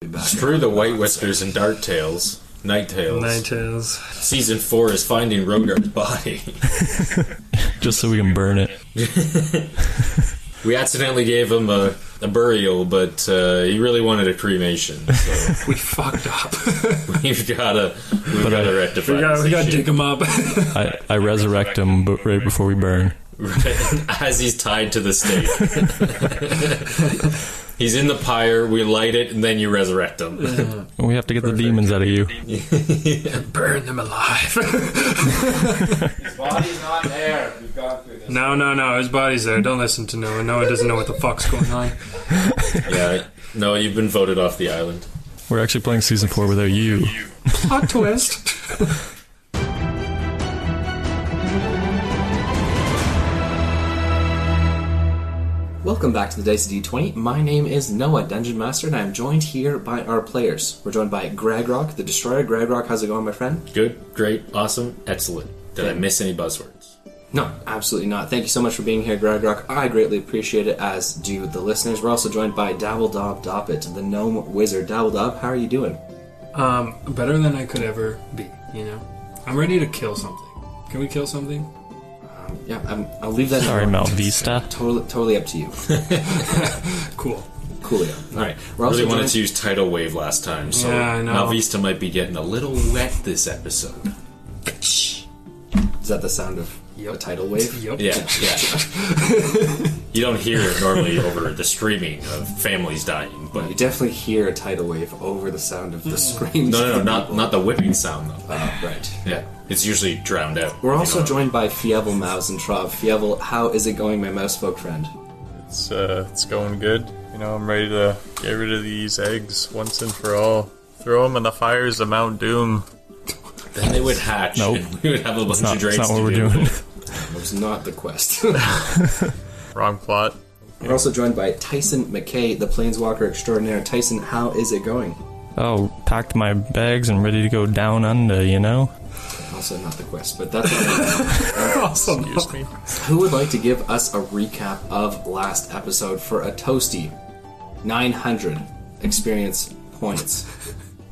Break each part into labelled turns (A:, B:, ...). A: Be back.
B: Through the White Whiskers and Dark Tails, Night Tails.
C: Nine tails.
B: Season 4 is finding Rogar's body.
D: just so we can burn it.
B: We accidentally gave him a, a burial, but uh, he really wanted a cremation. So
C: We fucked up.
B: we've got to we've
D: But
B: got to
D: I-
B: rectify
C: we got
B: this
C: we got to
B: issue.
C: dig him up.
D: I, I resurrect him but right before we burn.
B: Right, as he's tied to the stake. he's in the pyre. We light it, and then you resurrect him.
D: We have to get the demons out of you.
C: Burn them alive.
E: His body's not there. We've gone through this.
C: no, no, no. His body's there. Don't listen to no one. No one doesn't know what the fuck's going on.
B: Yeah. No, you've been voted off the island.
D: We're actually playing season four without you.
C: Plot twist.
A: Welcome back to the Dice D20. My name is Noah, Dungeon Master, and I'm joined here by our players. We're joined by Gragrock, the Destroyer. Gragrock, how's it going, my friend?
B: Good, great, awesome, excellent. Did I miss any buzzwords?
A: No, absolutely not. Thank you so much for being here, Gragrock. I greatly appreciate it, as do the listeners. We're also joined by Dabbledob Doppet, the gnome wizard. Dabbledob, how are you doing?
C: Um, better than I could ever be. You know, I'm ready to kill something. Can we kill something?
A: Yeah, I'm, I'll leave that.
D: Sorry, Malvista.
A: Totally, totally up to you.
C: Cool.
A: Coolio. All right, we're also
B: Really wanted
A: joined-
B: to use tidal wave last time, so
C: Yeah, I know.
B: Malvista might be getting a little wet this episode.
A: Is that the sound of a tidal wave?
C: Yup.
B: Yeah, yeah. you don't hear it normally over the screaming of families dying, but
A: You definitely hear a tidal wave over the sound of the screams.
B: no, no,
A: of
B: no,
A: the
B: not
A: people.
B: not the whipping sound though.
A: Uh, right.
B: Yeah, it's usually drowned out.
A: We're
B: you
A: also
B: know.
A: joined by Fievel Maus and Trav. Fievel, how is it going, my mouse folk friend?
E: It's, uh, it's going good. You know, I'm ready to get rid of these eggs once and for all. Throw them in the fires of Mount Doom.
B: Then they would hatch.
D: Nope.
B: and we would have a bunch
D: not-
B: of drakes.
D: that's not
B: to
D: what we're
B: deal
D: doing.
B: with.
A: That was not the quest.
E: Wrong plot.
A: We're also joined by Tyson McKay, the Planeswalker extraordinaire. Tyson, how is it going?
D: Oh, packed my bags and ready to go down under, you know?
A: Also not the quest, but that's okay.
C: Awesome.
E: Excuse me.
A: Who would like to give us a recap of last episode for a toasty 900 experience points?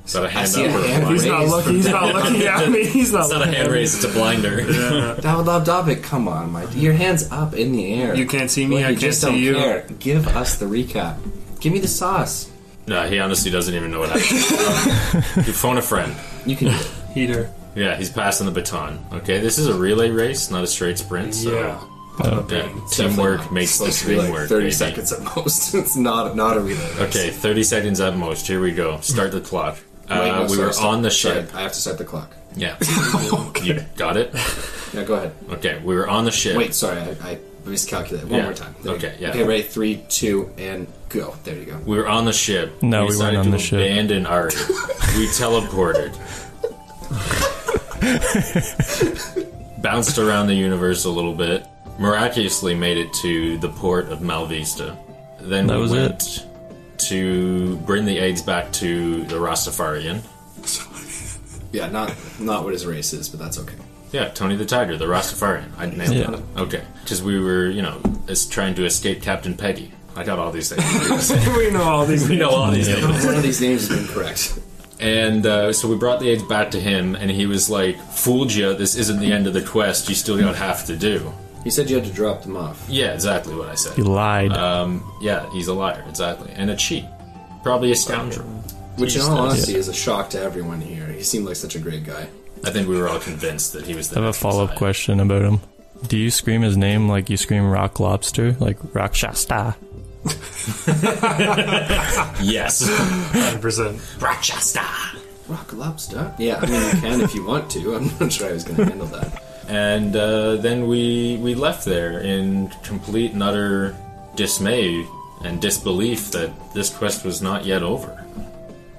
B: Is that a hand
A: see a
B: up or a
A: hand.
B: blind?
C: He's not looking. He's not looking at me. He's not.
B: It's not a
C: looking at
B: hand
C: me.
B: raise. It's a blinder.
A: Dabbledob Dobbit, come on, my your hands up in the air.
C: You can't see me,
A: Like
C: I
A: you
C: can't
A: just
C: see
A: don't
C: you.
A: Care. Give us the recap. Give me the sauce.
B: no, he honestly doesn't even know what happened. Um, you phone a friend.
A: You can do it.
C: Heater.
B: Yeah, he's passing the baton. Okay, this is a relay race, not a straight sprint. So
C: Yeah.
B: yeah, teamwork makes
A: It's
B: this
A: supposed to be
B: thing
A: like
B: work.
A: 30
B: baby.
A: seconds at most. It's not not a relay.
B: Okay, thirty seconds at most. Here we go. Start the clock.
A: Wait, no,
B: Uh, we
A: sorry,
B: were
A: stop.
B: on the
A: Sorry,
B: ship.
A: I have to set the clock.
B: Yeah, you got it.
A: Yeah, go ahead.
B: Okay, we were on the ship.
A: Wait, sorry, I, I miscalculated. One
B: Yeah.
A: more time. There you
B: Okay,
A: go.
B: yeah.
A: Okay, ready? Three, two, and go. There you go.
B: We were on the ship.
D: No, we weren't
B: decided
D: on
B: to
D: the ship.
B: Abandon Ari. we teleported. Bounced around the universe a little bit. Miraculously made it to the port of Malvista. Then
D: That
B: we
D: was
B: went to bring the eggs back to the Rastafarian.
A: Yeah, not not what his race is, but that's okay.
B: Yeah, Tony the Tiger, the Rastafarian. I nailed
D: Yeah.
B: it. Okay, because we were, you know, is trying to escape Captain Peggy. I got all these things.
C: we know all these.
B: we know all these things.
A: One of these names is incorrect.
B: And uh, so we brought the eggs back to him, and he was like, "Fooled you. This isn't the end of the quest. You still got half to do."
A: You said you had to drop them off.
B: Yeah, exactly what I said. Um,
D: You lied.
B: Uh, Yeah, he's a liar, exactly, and a cheat, probably a scoundrel.
A: Which, in all honesty, is a shock to everyone here. He seemed like such a great guy.
B: I think we were all convinced that he was. The
D: I have a
B: next
D: follow up
B: Messiah.
D: question about him. Do you scream his name like you scream Rock Lobster? Like Rock Shasta?
B: Yes,
C: Hundred percent.
B: Rochester.
A: Rock lobster? Yeah, I mean, you can if you want to. I'm not sure I was going to handle that.
B: And uh, then we we left there in complete and utter dismay and disbelief that this quest was not yet over,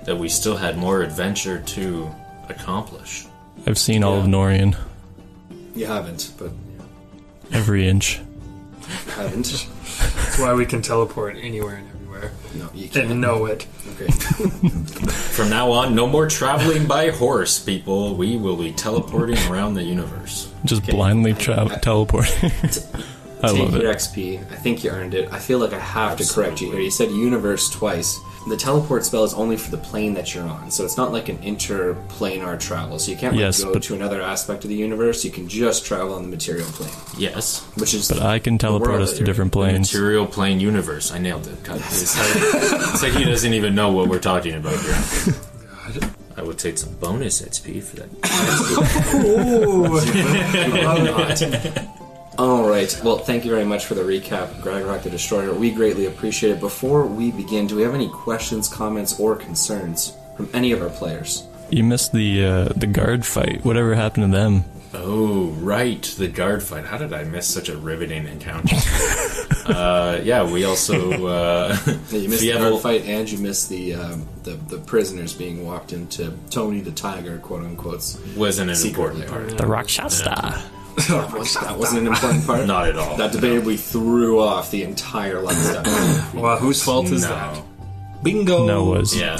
B: that we still had more adventure to accomplish.
D: I've seen all of Norian,
A: You haven't, but
D: every inch.
A: you haven't.
C: That's why we can teleport anywhere and everywhere
A: No, you can't.
C: and know it.
A: Okay.
B: From now on, no more traveling by horse, people. We will be teleporting around the universe.
D: Just blindly tra- teleporting. I
A: Take
D: love
A: your
D: it.
A: XP. I think you earned it. I feel like I have to correct you here. You said universe twice. the teleport spell is only for the plane that you're on, so it's not like an interplanar travel. So you can't like,
D: Yes,
A: go
D: but-
A: to another aspect of the universe. You can just travel on the material plane,
B: Yes.
A: which is
D: But I can teleport
A: world
D: us
A: that
D: to
A: you're
D: different
B: The
D: planes.
B: Material plane universe. I nailed it. God, it's, like, it's like he doesn't even know what we're talking about here. I would take some bonus XP for that.
A: All right. Well, thank you very much for the recap, Gragrock the Destroyer. We greatly appreciate it. Before we begin, do we have any questions, comments, or concerns from any of our players?
D: You missed the uh, the guard fight. Whatever happened to them?
B: Oh, right. The guard fight. How did I miss such a riveting encounter? uh, yeah, we also. Uh,
A: Yeah, You missed
B: Fievel-
A: the guard fight, and you missed the, um, the the prisoners being walked into Tony the Tiger, quote unquote.
B: wasn't an
A: Secretly.
B: important part.
D: The Rakshasta.
A: That wasn't an important part.
B: Not at all.
A: That debatably threw off the entire lifestyle.
C: Wow, whose fault is
B: No.
C: that? Bingo.
D: No was.
B: Yeah.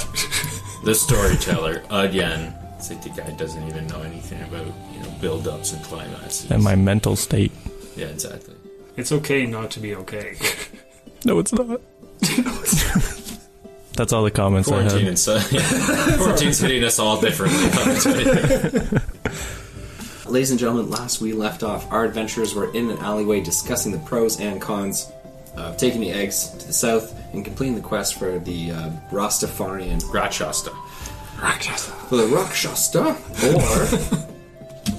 B: the storyteller again. It's like the guy doesn't even know anything about you know build ups and climaxes.
D: And my mental state.
B: yeah, exactly.
C: It's okay not to be okay.
D: No, it's not. That's all the comments I
B: Quarantine
D: had.
B: and so yeah. quarantine's hitting us all differently.
A: Ladies and gentlemen, last we left off, our adventurers were in an alleyway discussing the pros and cons of taking the eggs to the south and completing the quest for the uh, Rastafarian,
B: Gratchasta.
A: for the Rakshasta, or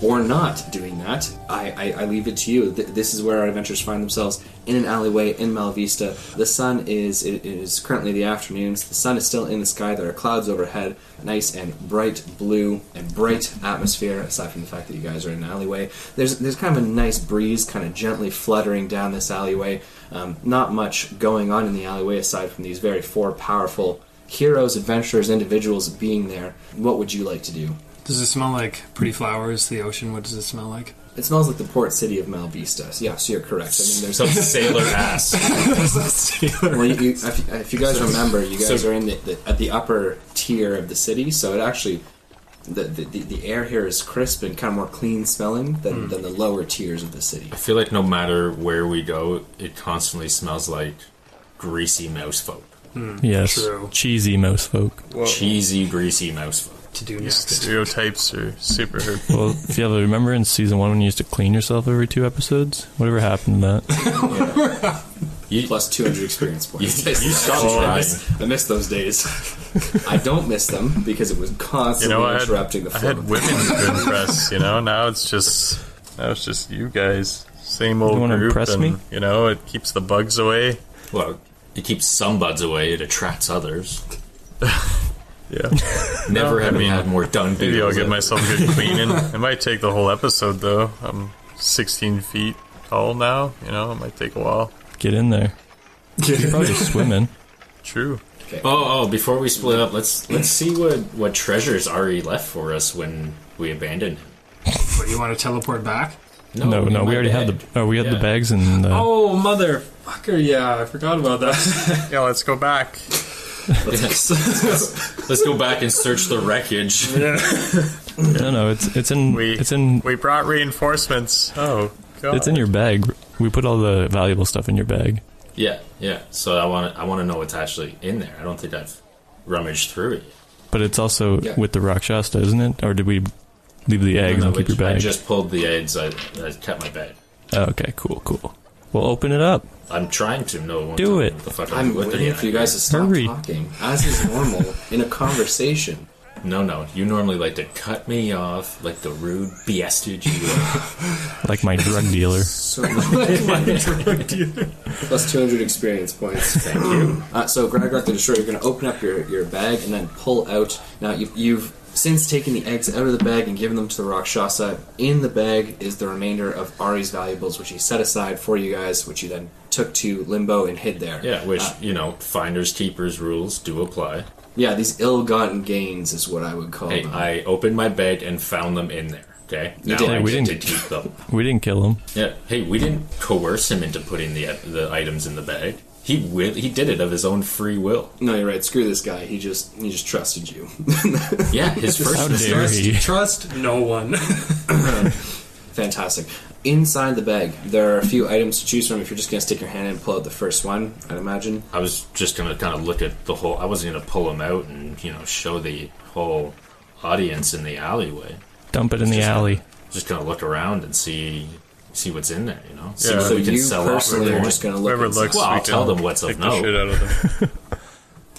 A: or not doing that. I, I, I leave it to you. Th- this is where our adventurers find themselves in an alleyway in Malvista. The sun is it is currently the afternoons. The sun is still in the sky. There are clouds overhead, nice and bright blue and bright atmosphere. Aside from the fact that you guys are in an alleyway, there's there's kind of a nice breeze, kind of gently fluttering down this alleyway. Um, not much going on in the alleyway aside from these very four powerful heroes, adventurers, individuals being there. What would you like to do?
C: Does it smell like pretty flowers, the ocean? What does it smell like?
A: It smells like the port city of Malvista. So, Yeah, so you're correct. I mean, there's
B: Some sailor ass.
A: well, you, you, if, if you guys remember, you guys
B: so-
A: are in the, the at the upper tier of the city, so it actually the the, the, the air here is crisp and kind of more clean smelling than,
E: Hmm.
A: than the lower tiers of the city.
B: I feel like no matter where we go, it constantly smells like greasy mouse folk.
D: Yes.
C: True.
D: Cheesy mouse folk.
B: Cheesy, greasy mouse folk.
C: To do next.
E: Stereotypes are super hurtful.
D: Well, if you ever remember in season one when you used to clean yourself every two episodes? Whatever happened to that?
B: You,
A: Plus 200 experience points.
B: You- you stopped
A: I,
B: trying.
A: miss, I miss those days. I don't miss them because it was
E: You
A: constantly
E: know, I had,
A: interrupting the
E: I
A: flow.
E: had women to impress. You know, now it's just now it's just you guys, same old
D: wanna
E: group.
D: impress
E: and,
D: me?
E: You know, it keeps the bugs away.
B: well, it keeps some buds away. It attracts others.
E: Yeah,
B: Never
E: No,
B: have
E: I
B: we
E: mean,
B: had more dung beetles.
E: maybe I'll give
B: ever.
E: myself a good cleaning. it might take the whole episode though. I'm 16 feet tall now. You know, it might take a while.
D: Get in there. You're probably swimming.
E: True.
B: Oh, oh! Before we split up, let's let's see what what treasures Ari left for us when we abandoned. him.
C: But you want to teleport back?
D: No, no,
B: in
D: we
B: my
D: already
B: bag.
D: had the. Oh, we had
B: Yeah.
D: the bags and. Uh,
C: Oh, motherfucker! Yeah, I forgot about that.
E: Yeah, let's go back.
B: Let's go back and search the wreckage.
D: No, no, it's it's in
E: We
D: it's in
E: we brought reinforcements. Oh god,
D: it's in your bag. We put all the valuable stuff in your bag.
B: Yeah, yeah. So I want to I want to know what's actually in there. I don't think I've rummaged through it. yet.
D: But it's also
A: Yeah.
D: with the Rakshasta, isn't it? Or did we leave the eggs
B: No,
D: and keep
B: but
D: your bag?
B: I just pulled the eggs. I, I kept my bag.
D: Oh, okay, cool, cool. Well, open it up.
B: I'm trying to know.
D: Do it.
B: What the fuck
A: I'm
B: what the-
A: waiting for you guys to stop
D: Hurry.
A: talking, as is normal in a conversation.
B: No, no. You normally like to cut me off like the rude bastard you are.
D: Like my drug dealer.
A: So Plus 200 experience points. Thank you. Uh, so, Gregor the Destroyer, you're going to open up your, your bag and then pull out. Now, you've, you've since taken the eggs out of the bag and given them to the Rakshasa. In the bag is the remainder of Ari's valuables, which he set aside for you guys, which you then took to Limbo and hid there.
B: Yeah, which
A: Uh,
B: you know, finders keepers rules do apply.
A: yeah, these ill gotten gains is what I would call
B: Hey,
A: them.
B: I opened my bag and found them in there. Okay,
A: You did.
B: I
A: Hey,
D: we
B: get
D: didn't-
B: to keep them.
D: We didn't kill him.
B: Yeah. Hey, we didn't coerce him into putting the the items in the bag. He will. He did it of his own free will.
A: no, you're right. Screw this guy. He just he just trusted you.
B: Yeah, his first
D: How dare
B: mistake.
D: he?
C: Trust no one.
A: Fantastic. Inside the bag, there are a few items to choose from. If you're just going to stick your hand in and pull out the first one, I'd imagine.
B: I was just gonna kind of look at the whole. I wasn't gonna pull them out and you know show the whole audience in the alleyway.
D: Dump it in the
B: Just-
D: alley.
B: Just gonna look around and see see what's in there. You know, see
E: Yeah.
B: what
A: So
B: we can
A: you
B: sell off.
A: personally are
B: Right.
A: just going to look.
E: Whoever
A: inside.
E: looks,
B: Well, I'll
E: we can
B: tell them what's of
E: take
B: note.
E: the shit out of them.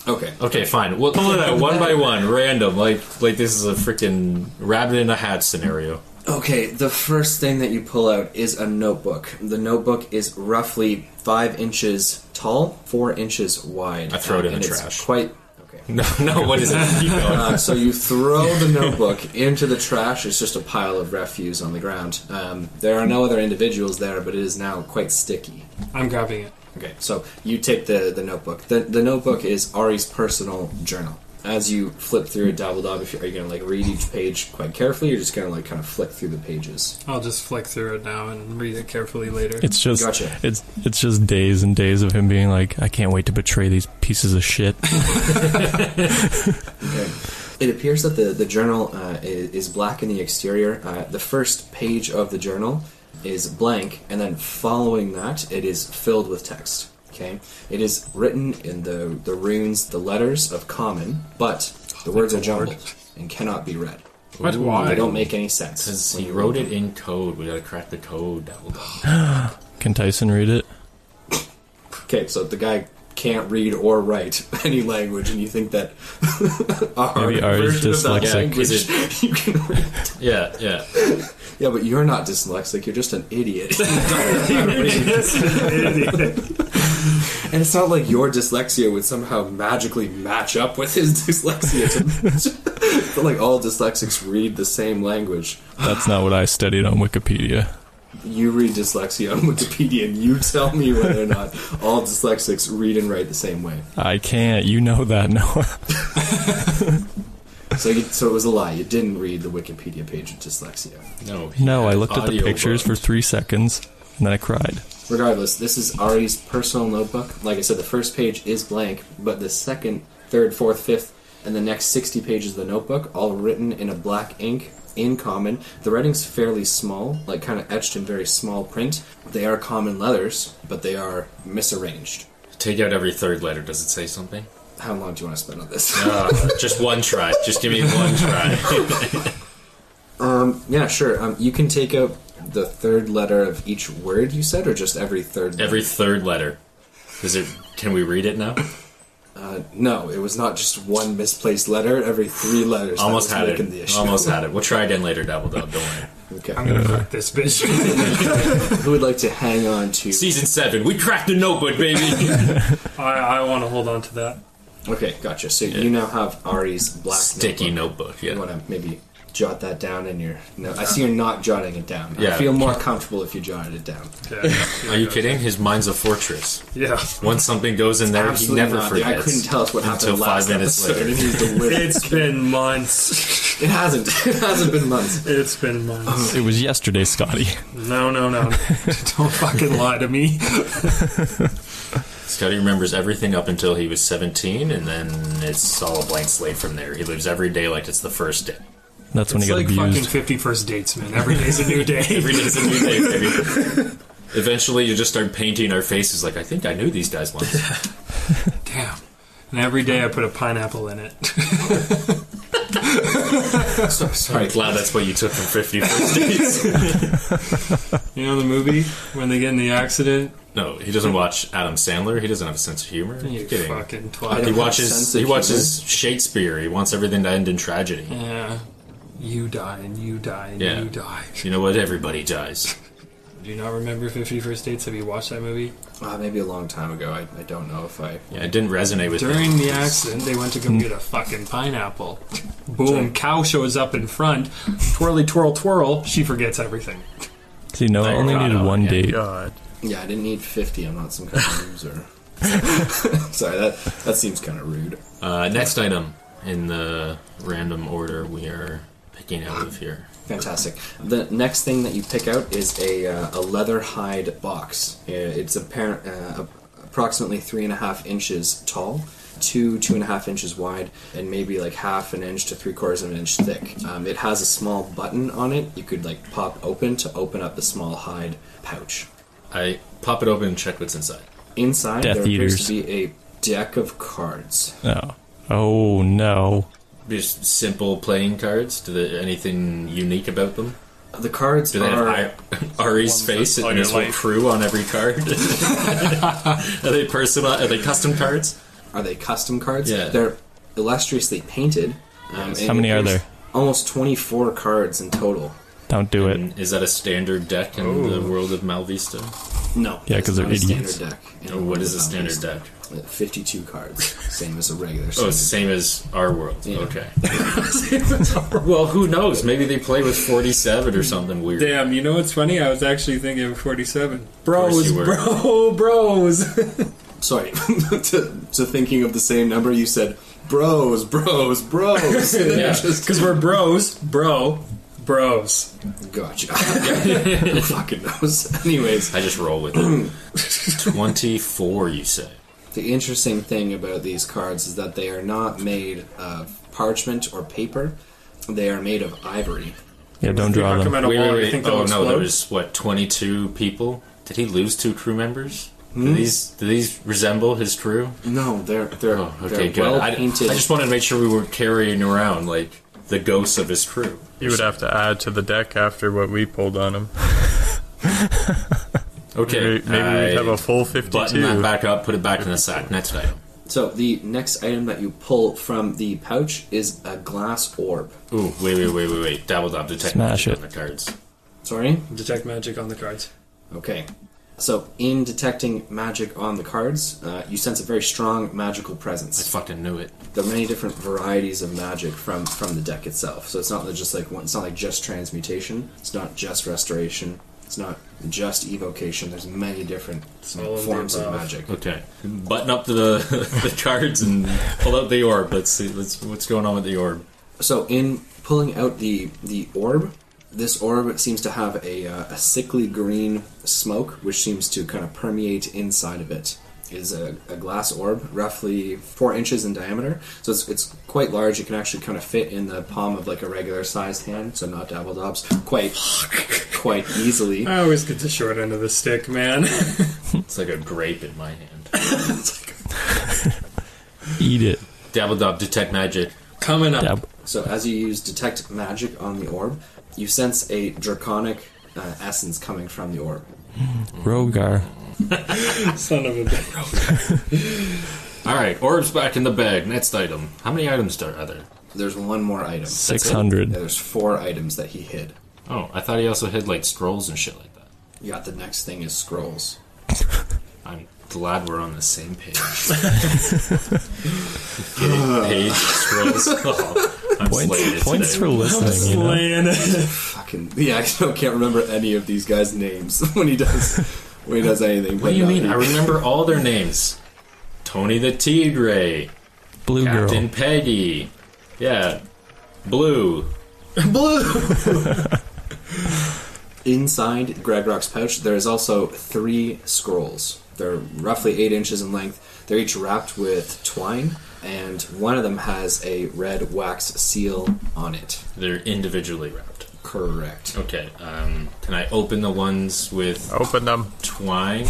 A: Okay.
B: Okay, fine. We'll pull it out one by one, random, like like this is a freaking rabbit in a hat scenario.
A: Okay, the first thing that you pull out is a notebook. The notebook is roughly five inches tall, four inches wide.
B: I throw it in
A: And
B: the
A: it's
B: trash.
A: Quite. Okay.
B: No, no, what is it? Keep going.
A: Uh, so you throw the notebook into the trash. It's just a pile of refuse on the ground. Um, there are no other individuals there, but it is now quite sticky.
C: I'm grabbing it.
A: Okay, so you take the, the notebook. The, the notebook is Ari's personal journal. As you flip through it, dabble dab, if you, are you going to like read each page quite carefully? You're just going to like kind of flick through the pages.
C: I'll just flick through it now and read it carefully later.
D: It's just
A: Gotcha.
D: it's it's just days and days of him being like, I can't wait to betray these pieces of shit.
A: It appears that the, the journal uh, i- is black in the exterior. Uh, the first page of the journal is blank, and then following that, it is filled with text. Okay, it is written in the the runes, the letters of common, but the words are jumbled and cannot be read.
C: But
A: They
C: why?
A: don't make any sense.
B: Because
A: when
B: he
A: you
B: wrote
A: read
B: it in code. We gotta crack the code. That will
D: Can Tyson read it?
A: Okay, so the guy can't read or write any language, and you think that our
D: Maybe Ari's
A: version of that
D: dyslexic.
A: language,
B: Is
A: you can,
B: Yeah, yeah.
A: yeah, but you're not dyslexic. You're just an idiot. And it's not like your dyslexia would somehow magically match up with his dyslexia. To, but like all dyslexics read the same language.
D: That's not what I studied on Wikipedia.
A: You read dyslexia on Wikipedia, and you tell me whether or not all dyslexics read and write the same way.
D: I can't. You know that, Noah.
A: So, you, so it was a lie. You didn't read the Wikipedia page of dyslexia.
B: No, he
D: No, I
B: had
D: looked at the
B: audio
D: pictures for
B: books.
D: three seconds and then I cried.
A: Regardless, this is Ari's personal notebook. Like I said, the first page is blank, but the second, third, fourth, fifth, and the next 60 pages of the notebook, all written in a black ink in common. The writing's fairly small, like kind of etched in very small print. They are common letters, but they are misarranged.
B: Take out every third letter. Does it say something?
A: How long do you want to spend on this?
B: Uh, just one try. Just give me one try.
A: yeah, sure. Um, you can take out the third letter of each word you said, or just every third
B: Every third letter. Is it? Can we read it now?
A: Uh, No, it was not just one misplaced letter. Every three letters. that
B: Almost
A: was
B: had
A: making The
B: it.
A: issue.
B: Almost had it. We'll try again later, Double Dub. Don't worry.
A: Okay.
C: I'm gonna crack this bitch.
A: Who would like to hang on to?
B: Season seven. We cracked the notebook, baby.
C: I, I want to hold on to that.
A: Okay, gotcha. So you now have Ari's black
B: Sticky
A: notebook.
B: notebook.
A: You
B: Yeah.
A: want to maybe jot that down in your? No, I see you're not jotting it down. I
B: Yeah.
A: feel more comfortable if you jotted it down.
C: Yeah,
B: Are you kidding? His mind's a fortress.
C: Yeah.
B: Once something goes in there, he
A: Absolutely
B: never
A: not.
B: forgets.
A: I couldn't tell us what
B: until
A: happened
B: five
A: last
B: minutes
A: episode.
B: later.
A: It needs to win.
C: It's been months.
A: It hasn't. It hasn't been months.
C: It's been months.
D: It was yesterday, Scotty.
C: No, no, no. Don't fucking lie to me.
B: Scotty remembers everything up until he was 17, and then it's all a blank slate from there. He lives every day like it's the first day.
D: That's when
C: It's
D: he got
C: like fucking
D: abused.
C: 50 first dates, man. Every day's a new day.
B: Every day's a new day, baby. Eventually, you just start painting our faces like, I think I knew these guys once.
C: Damn. And every day I put a pineapple in it.
A: So,
B: I'm
A: sorry.
B: glad that's what you took from 50 First Dates.
C: You know the movie when they get in the accident?
B: No, he doesn't watch Adam Sandler. He doesn't have a sense of humor.
C: You
B: You're kidding.
C: fucking
A: I
B: He
A: don't-
C: twat.
B: watches
A: sense of
B: he watches Shakespeare. He wants everything to end in tragedy.
C: Yeah. You die and you die and
B: Yeah.
C: you die.
B: You know what? Everybody dies.
C: Do you not remember 50 First Dates? Have you watched that movie?
A: Uh, maybe a long time ago. I, I don't know if I.
B: Yeah, it didn't resonate with me.
C: During the accident, they went to go get a fucking pineapple. Boom, cow shows up in front. Twirly, twirl, twirl. She forgets everything.
D: See, Noah
B: Oh,
D: only
B: God,
D: needed
B: oh,
D: one
B: yeah.
D: date.
E: God.
A: Yeah, I didn't need fifty. I'm not some kind of loser. sorry. That that seems kind of rude.
B: Uh, next item in the random order we are picking out of here.
A: Fantastic. The next thing that you pick out is a, uh, a leather hide box. Uh, It's apparent, uh, approximately three and a half inches tall. two two and a half inches wide and maybe like half an inch to three quarters of an inch thick. Um, it has a small button on it. You could like pop open to open up the small hide pouch.
B: I pop it open and check what's inside.
A: Inside
D: Death
A: there appears to
D: Eaters.
A: be a deck of cards.
D: No. Oh no.
B: Just simple playing cards. Do they anything unique about them?
A: The cards
B: Do they
A: are
B: have I- Ari's
E: Ones
B: face
E: that
B: and
E: tell
B: his
E: your
B: whole
E: life.
B: crew on every card? are they personal? Are they custom cards?
A: are they custom cards?
B: Yeah.
A: They're illustriously painted. Um,
B: Yes.
A: and
D: How many are
A: there's
D: there?
A: Almost 24 cards in total.
D: Don't do it.
B: And is that a standard deck in the world of Malvista?
A: No.
D: Yeah,
A: it's
D: 'cause they're
A: not a
D: idiots.
A: Standard deck. And
B: Or Oh, what is a standard deck?
A: Uh, 52 cards. Same as a regular
B: Oh,
A: standard.
B: it's the same as our world.
A: Yeah.
B: Okay. well, who knows? Maybe they play with 47 or something weird.
C: Damn, you know what's funny? I was actually thinking of 47.
B: course
C: Bros,
B: you were.
C: bro, bros.
A: Sorry. to, to thinking of the same number, you said bros, bros, bros.
B: Yeah.
C: Because we're bros, bro, bros.
A: Gotcha. Who fucking knows? Anyways,
B: I just roll with it. 24, you say?
A: the interesting thing about these cards is that they are not made of parchment or paper. They are made of ivory.
D: Yeah, don't draw
C: Knock 'em
D: them.
C: out of
B: Wait,
C: wall,
B: wait,
C: you
B: wait.
C: think
B: Oh,
C: they'll
B: no, there
C: explode?
B: was, what, 22 people? Did he lose two crew members? Do these do these resemble his crew?
A: No, they're they're,
B: Oh, okay,
A: they're
B: good.
A: well
B: I, I
A: painted.
B: just wanted to make sure we weren't carrying around like the ghosts of his crew.
E: You would have to add to the deck after what we pulled on him.
B: Okay,
E: Maybe, maybe
B: I
E: we'd have a full
B: button that
E: 52.
B: back up, put it back in the sack. Next item.
A: So the next item that you pull from the pouch is a glass orb.
B: Ooh, wait, wait, wait, wait, wait. Dabble dab detect
D: Smash
B: magic on
D: it.
B: the cards.
A: Sorry.
C: Detect magic on the cards.
A: Okay. So in detecting magic on the cards, uh, you sense a very strong magical
B: I
A: presence.
B: fucking knew it.
A: There are many different varieties of magic from from the deck itself. So it's not just like one. It's not like just transmutation. It's not just restoration. It's not just evocation. There's many different
C: all of the
A: forms of
C: above.
A: magic.
B: Okay, button up the the cards and pull out the orb. Let's see. Let's what's going on with the orb.
A: So in pulling out the the orb, this orb seems to have a, uh, a sickly green smoke, which seems to kind of permeate inside of it. It is a, a glass orb, roughly four inches in diameter, so it's, it's quite large. It can actually kind of fit in the palm of like a regular sized hand, so not dabble dobs, quite quite easily.
C: I always get the short end of the stick, man.
B: It's like a grape in my hand.
D: Eat it.
B: Dabble dab detect magic.
C: Coming up.
D: Dab.
A: So as you use detect magic on the orb, you sense a draconic uh, essence coming from the orb.
D: Rogar.
C: Son of a bitch.
B: All right, orbs back in the bag. Next item. How many items are there?
A: There's one more item.
D: Six
A: Yeah,
D: hundred.
A: there's four items that he hid.
B: Oh, I thought he also had like scrolls and shit like that.
A: Yeah, the next thing is scrolls.
B: I'm glad we're on the same page. Getting page scrolls. Oh, I'm slaying it
D: Points, points
B: today.
D: for listening. You know?
C: Slaying it.
A: Fucking yeah, I still can't remember any of these guys' names when he does when he does anything. uh,
B: What do you mean? I
A: I
B: remember all their names. Tony the Tigre,
D: Blue
B: Captain
D: girl.
B: Peggy, yeah, Blue.
A: blue. Inside Gregrock's pouch, there is also three scrolls. They're roughly eight inches in length. They're each wrapped with twine, and one of them has a red wax seal on it.
B: They're individually wrapped.
A: Correct.
B: Okay. Um, can I open the ones with
E: Open them.
B: twine?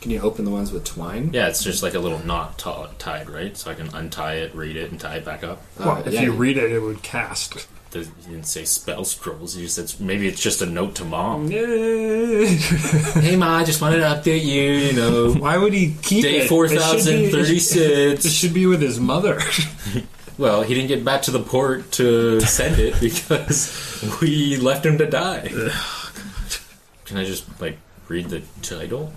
A: Can you open the ones with twine?
B: Yeah, it's just like a little knot t- tied, right? So I can untie it, read it, and tie it back up.
A: Uh,
C: Well, if
A: yeah,
C: you read it, it would cast.
B: There's, you didn't say spell scrolls. You said maybe it's just a note to mom.
C: Yay.
B: Hey, ma, I just wanted to update you. You know,
C: Why would he keep it?
B: day
C: It
B: four
C: should be-
B: thousand
C: It
B: thirty-six.
C: should be with his mother.
B: Well, he didn't get back to the port to send it because we left him to die. Can I just like read the title?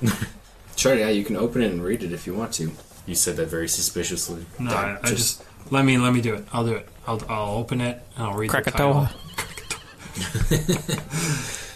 A: sure. Yeah, you can open it and read it if you want to.
B: you said that very suspiciously.
C: no, I, I just let me let me do it. I'll do it. I'll, I'll open it and I'll read the
D: Krakatoa.
C: title.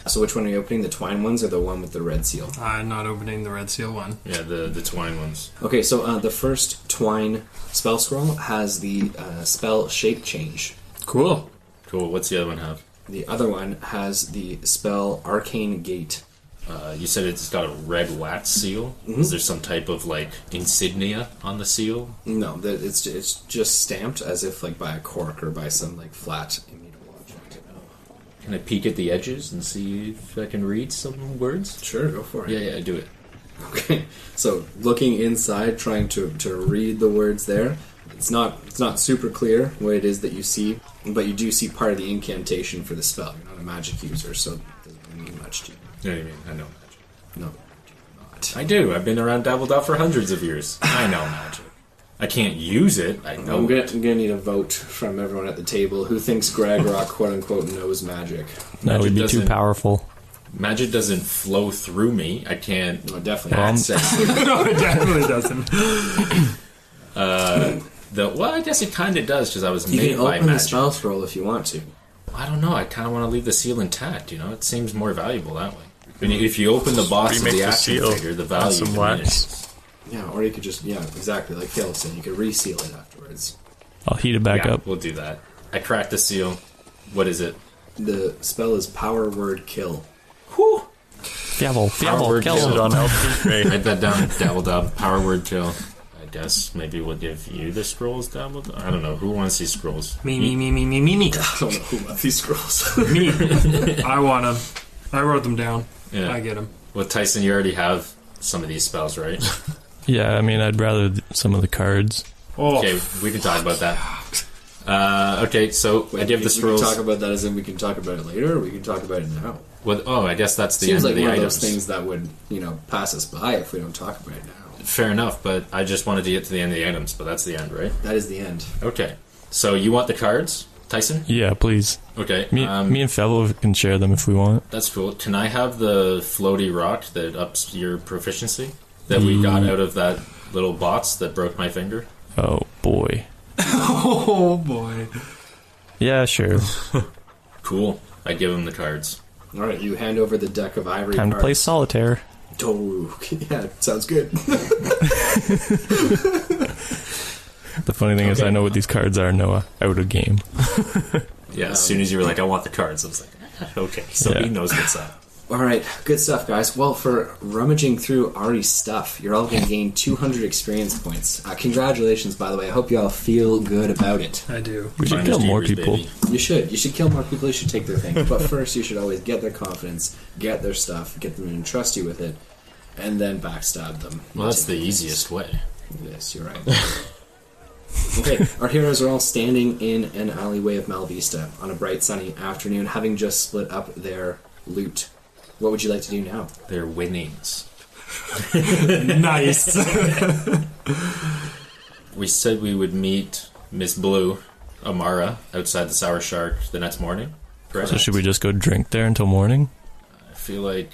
A: So which one are you opening? The twine ones or the one with the red seal?
C: I'm not opening the red seal one.
B: Yeah, the the twine ones.
A: Okay, so uh, the first twine spell scroll has the uh, spell shape change.
C: Cool.
B: Cool. What's the other one have?
A: The other one has the spell arcane gate.
B: Uh, you said it's got a red wax seal. Is there some type of like insignia on the seal?
A: No, that it's it's just stamped as if like by a cork or by some like flat immutable object.
B: Can I peek at the edges and see if I can read some words?
A: Sure, go for it.
B: Yeah, yeah, do it.
A: Okay, so looking inside, trying to, to read the words there, it's not it's not super clear what it is that you see, but you do see part of the incantation for the spell. You're not a magic user, so it doesn't really mean much to you.
B: You know what I mean? I know magic.
A: No, you do not.
B: I do. I've been around Dabbledoff for hundreds of years. I know magic. I can't use it. I know
D: Oh.
A: I'm gonna,
B: it.
A: I'm gonna need a vote from everyone at the table who thinks Gragrock quote unquote knows magic.
D: That would be too
B: doesn't-
D: powerful.
B: Magic doesn't flow through me. I can't
A: No, definitely
D: Um,
A: access. it.
C: no, it definitely doesn't.
B: The well, I guess it kind of does because I was
A: You
B: made
A: can
B: by
A: open the
B: magic.
A: spell roll if you want to.
B: I don't know. I kind of want to leave the seal intact. You know, it seems more valuable that way. When you, if you open the boss of
E: remake
B: the
E: the
B: action
E: seal.
B: figure, the
E: Add
B: value
E: some
B: diminishes.
E: wax.
A: Yeah, or you could just yeah, exactly like Phil said, you could reseal it afterwards.
D: I'll heat it back
B: Yeah,
D: up.
B: we'll do that. I cracked the seal. What is it?
A: The spell is power word kill.
B: Whew.
D: Devil, devil,
B: word
D: kill
B: is
E: Is
D: him.
E: it on LP? Great.
B: Write that down. Dabble dub. Power word kill. I guess maybe we'll give you the scrolls. Dabble. Dub. I don't know who wants these scrolls.
C: Me, me, me, me, me, me, me.
A: I don't know who left these scrolls.
C: Me. I want them. I wrote them down.
B: Yeah.
C: I get them.
B: Well, Tyson, you already have some of these spells, right?
D: Yeah, I mean, I'd rather th- some of the cards.
C: Oh,
B: Okay, we can talk about that. Uh, okay, so I give the
A: We can
B: scrolls.
A: talk about that as in we can talk about it later, or we can talk about it now.
B: What- oh, I guess that's the
A: Seems
B: end
A: like
B: of the
A: one of
B: items.
A: those things that would you know pass us by if we don't talk about it now.
B: Fair enough, but I just wanted to get to the end of the items, but that's the end, right?
A: That is the end.
B: Okay. So you want the cards, Tyson?
D: Yeah, please.
B: Okay.
D: Me,
B: um,
D: me and Fevel can share them if we want.
B: That's cool. Can I have the floaty rock that ups your proficiency that we
D: Mm.
B: got out of that little bots that broke my finger?
D: Oh boy.
C: oh boy.
D: Yeah, sure.
B: Cool. I give him the cards.
A: All right, you hand over the deck of ivory.
D: Time to play
A: cards.
D: solitaire.
A: Oh, yeah, sounds good.
D: The funny thing is, I know what these cards are. Noah, out of game.
B: Yeah. As soon as you were like, "I want the cards," I was like, "Ah, "Okay." So
D: Yeah.
B: he knows what's up.
A: All right, good stuff, guys. Well, for rummaging through Ari's stuff, you're all going to gain 200 experience points. Uh, congratulations, by the way. I hope you all feel good about it.
C: I do.
D: We should
B: Minus
D: kill more
B: Jeebers,
D: people.
B: baby.
A: You should. You should kill more people. You should take their things. But first, you should always get their confidence, get their stuff, get them to entrust you with it, and then backstab them.
B: Well, that's the
A: Take things.
B: easiest way.
A: Yes, you're right. okay, our heroes are all standing in an alleyway of Malvista on a bright sunny afternoon, having just split up their loot. What would you like to do now?
B: They're winnings.
C: Nice.
B: We said we would meet Miss Blue, Amara, outside the Sour Shark the next morning. Correct.
D: So should we just go drink there until morning?
B: I feel like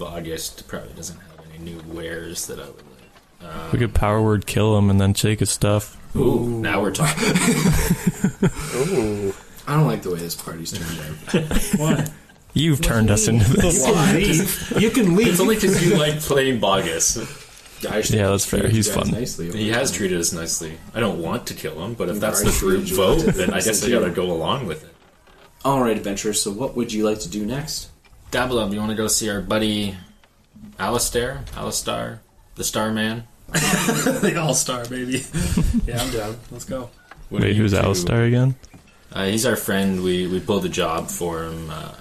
B: August probably doesn't have any new wares that I would like.
D: We could power word kill him and then take his stuff.
B: Ooh, now we're talking.
A: I don't like the way this party's turned out.
C: What?
D: You've turned us into this.
C: Leave. You can leave.
B: it's only because you like playing Bogus.
A: I just
D: Yeah, that's
A: treated
D: fair.
A: you
D: He's
A: guys
D: fun.
A: Nicely over
B: He has
A: time.
B: treated us nicely. I don't want to kill him, but if
A: You
B: that's
A: are
B: the group
A: treated
B: vote,
A: justice.
B: then I guess I gotta go along with it.
A: All right, adventurers. So, what would you like to do next?
B: Dabble up, you want to go see our buddy Alistair? Alistar? The Starman?
C: the All Star, baby. yeah, I'm down. Let's go.
B: What do
D: Wait,
B: you
D: who's
B: two-
D: Alistar again?
B: Uh, he's our friend. We, we pulled a job for him. Uh,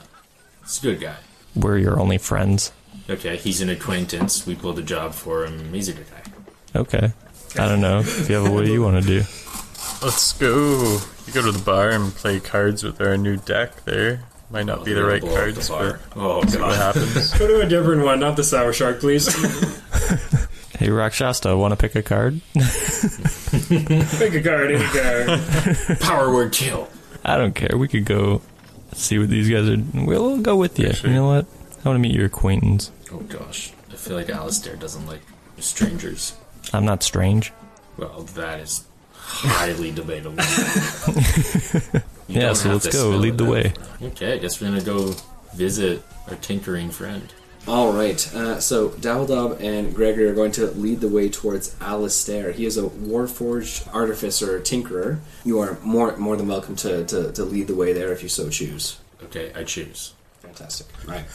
B: he's a good guy.
D: We're your only friends.
B: Okay, he's an acquaintance. We pulled a job for him. He's a good guy.
D: Okay. I don't know. If you have a what do you want to do?
E: Let's go. You go to the bar and play cards with our new deck there. Might not be the right
B: Oh, Blow up the
E: cards,
B: bar.
E: but
B: Oh
E: see what
B: god.
E: happens.
C: Go to a different one, not the Sour Shark, please.
D: Hey, Rakshasta, want to pick a card?
C: Pick a card, any card.
B: Power word kill.
D: I don't care. We could go see what these guys are. We'll go with you. You know what? I want to meet your acquaintance.
B: Oh gosh. I feel like Alistair doesn't like strangers.
D: I'm not strange.
B: Well, that is highly debatable. You
D: Yeah,
B: don't
D: so
B: have
D: let's
B: to
D: go.
B: spell
D: Lead
B: it
D: the
B: out.
D: way.
B: Okay, I guess we're gonna go visit our tinkering friend.
A: All right. Uh, so Dabbledob and Gregory are going to lead the way towards Alistair. He is a warforged artificer or tinkerer. You are more more than welcome to, to, to lead the way there if you so choose.
B: Okay, I choose.
A: Fantastic. All right.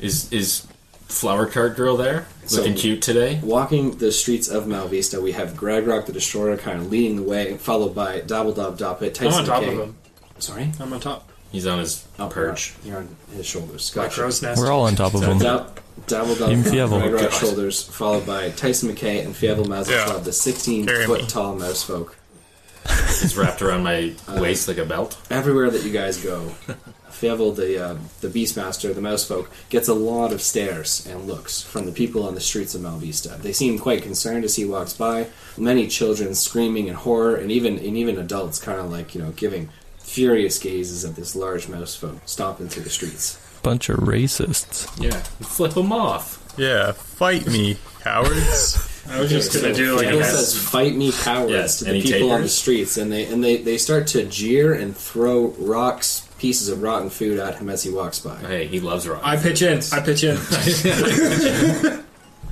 B: Is is flower cart girl there?
A: So-
B: Looking cute today.
A: Walking the streets of Malvista, we have Gragrock the Destroyer kind of leading the way, followed by Dabbledob Doppet, Tyson
E: I'm on top
A: King.
E: of him.
A: Sorry?
E: I'm on top.
B: He's on his
A: Oh,
B: perch.
A: You're on his shoulders.
C: Like
A: Gotcha.
C: crow's nest.
D: We're all on top of them.
A: Dab- Dabbledob
D: Even
A: on
D: Fievel.
A: Gragrock's
B: God.
A: shoulders, followed by Tyson McKay and Fievel Mazatlab,
E: Yeah.
A: the 16
E: Carry
A: foot
E: me.
A: tall mouse folk.
B: It's wrapped around my waist like a belt.
A: Everywhere that you guys go, Fievel, the, uh, the Beastmaster, the mouse folk, gets a lot of stares and looks from the people on the streets of Malvista. They seem quite concerned as he walks by. Many children screaming in horror, and even, and even adults kind of like, you know, giving furious gazes at this large mouse folk stomping through the streets.
D: Bunch of racists.
B: Yeah. Flip him off.
E: Yeah, fight me, cowards.
C: I was just gonna
A: So
C: do like
A: Fievel
C: a
A: says, "Fight me, cowards!"
B: Yes,
A: to the
B: any
A: people on the
B: takers?
A: streets, and they and they, they start to jeer and throw rocks, pieces of rotten food at him as he walks by.
B: Hey, he loves rock.
C: I pitch in. I pitch in.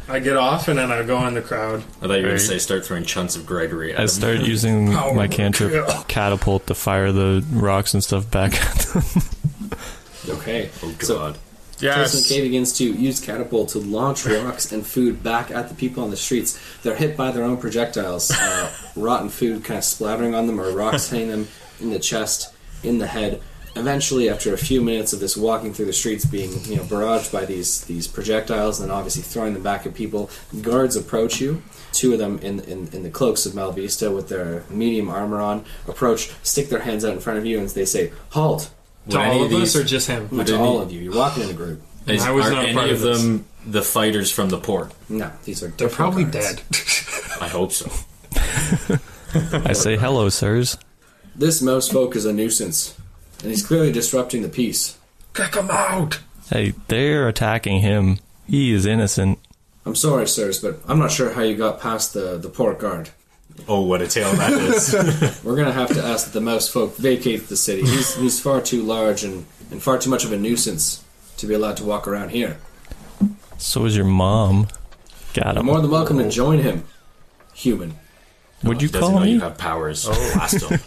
C: I get off and then I go in the
B: I
C: crowd.
B: thought you were going to say start throwing chunks of Gregory. At
D: I
B: him.
D: start using
C: Power
D: my cantrip
C: kill.
D: catapult to fire the rocks and stuff back at them.
A: Okay,
B: oh
A: so
B: God.
E: Yes.
A: Tyson K begins to use catapult to launch rocks and food back at the people on the streets. They're hit by their own projectiles, uh, rotten food kind of splattering on them, or rocks hitting them in the chest, in the head. Eventually, after a few minutes of this walking through the streets, being you know barraged by these these projectiles, and obviously throwing them back at people, guards approach you. Two of them in, in, in the cloaks of Malvista with their medium armor on approach, stick their hands out in front of you, and they say, "Halt!"
B: Would
C: To
B: any
C: all of us
B: these-
C: or just him?
A: to all of you. You're walking in a group.
B: Is,
C: I was
B: are
C: not a
B: any
C: part
B: of
C: of this.
B: them the fighters from the port?
A: No, these are
C: They're
A: different
C: probably
A: guards.
C: dead.
B: I hope so.
D: I say, hello, sirs.
A: This mouse folk is a nuisance, and he's clearly disrupting the peace.
C: Kick them out.
D: Hey, they're attacking him. He is innocent.
A: I'm sorry, sirs, but I'm not sure how you got past the, the port guard.
B: Oh, what a tale that is.
A: We're gonna have to ask that the mouse folk vacate the city. He's, he's far too large and, and far too much of a nuisance to be allowed to walk around here.
D: So is your mom. Got
A: You're more
D: him.
A: than welcome
C: Oh.
A: to join him, human.
D: Would you
B: He doesn't
D: call
B: know you
D: me?
B: have powers. Blast him.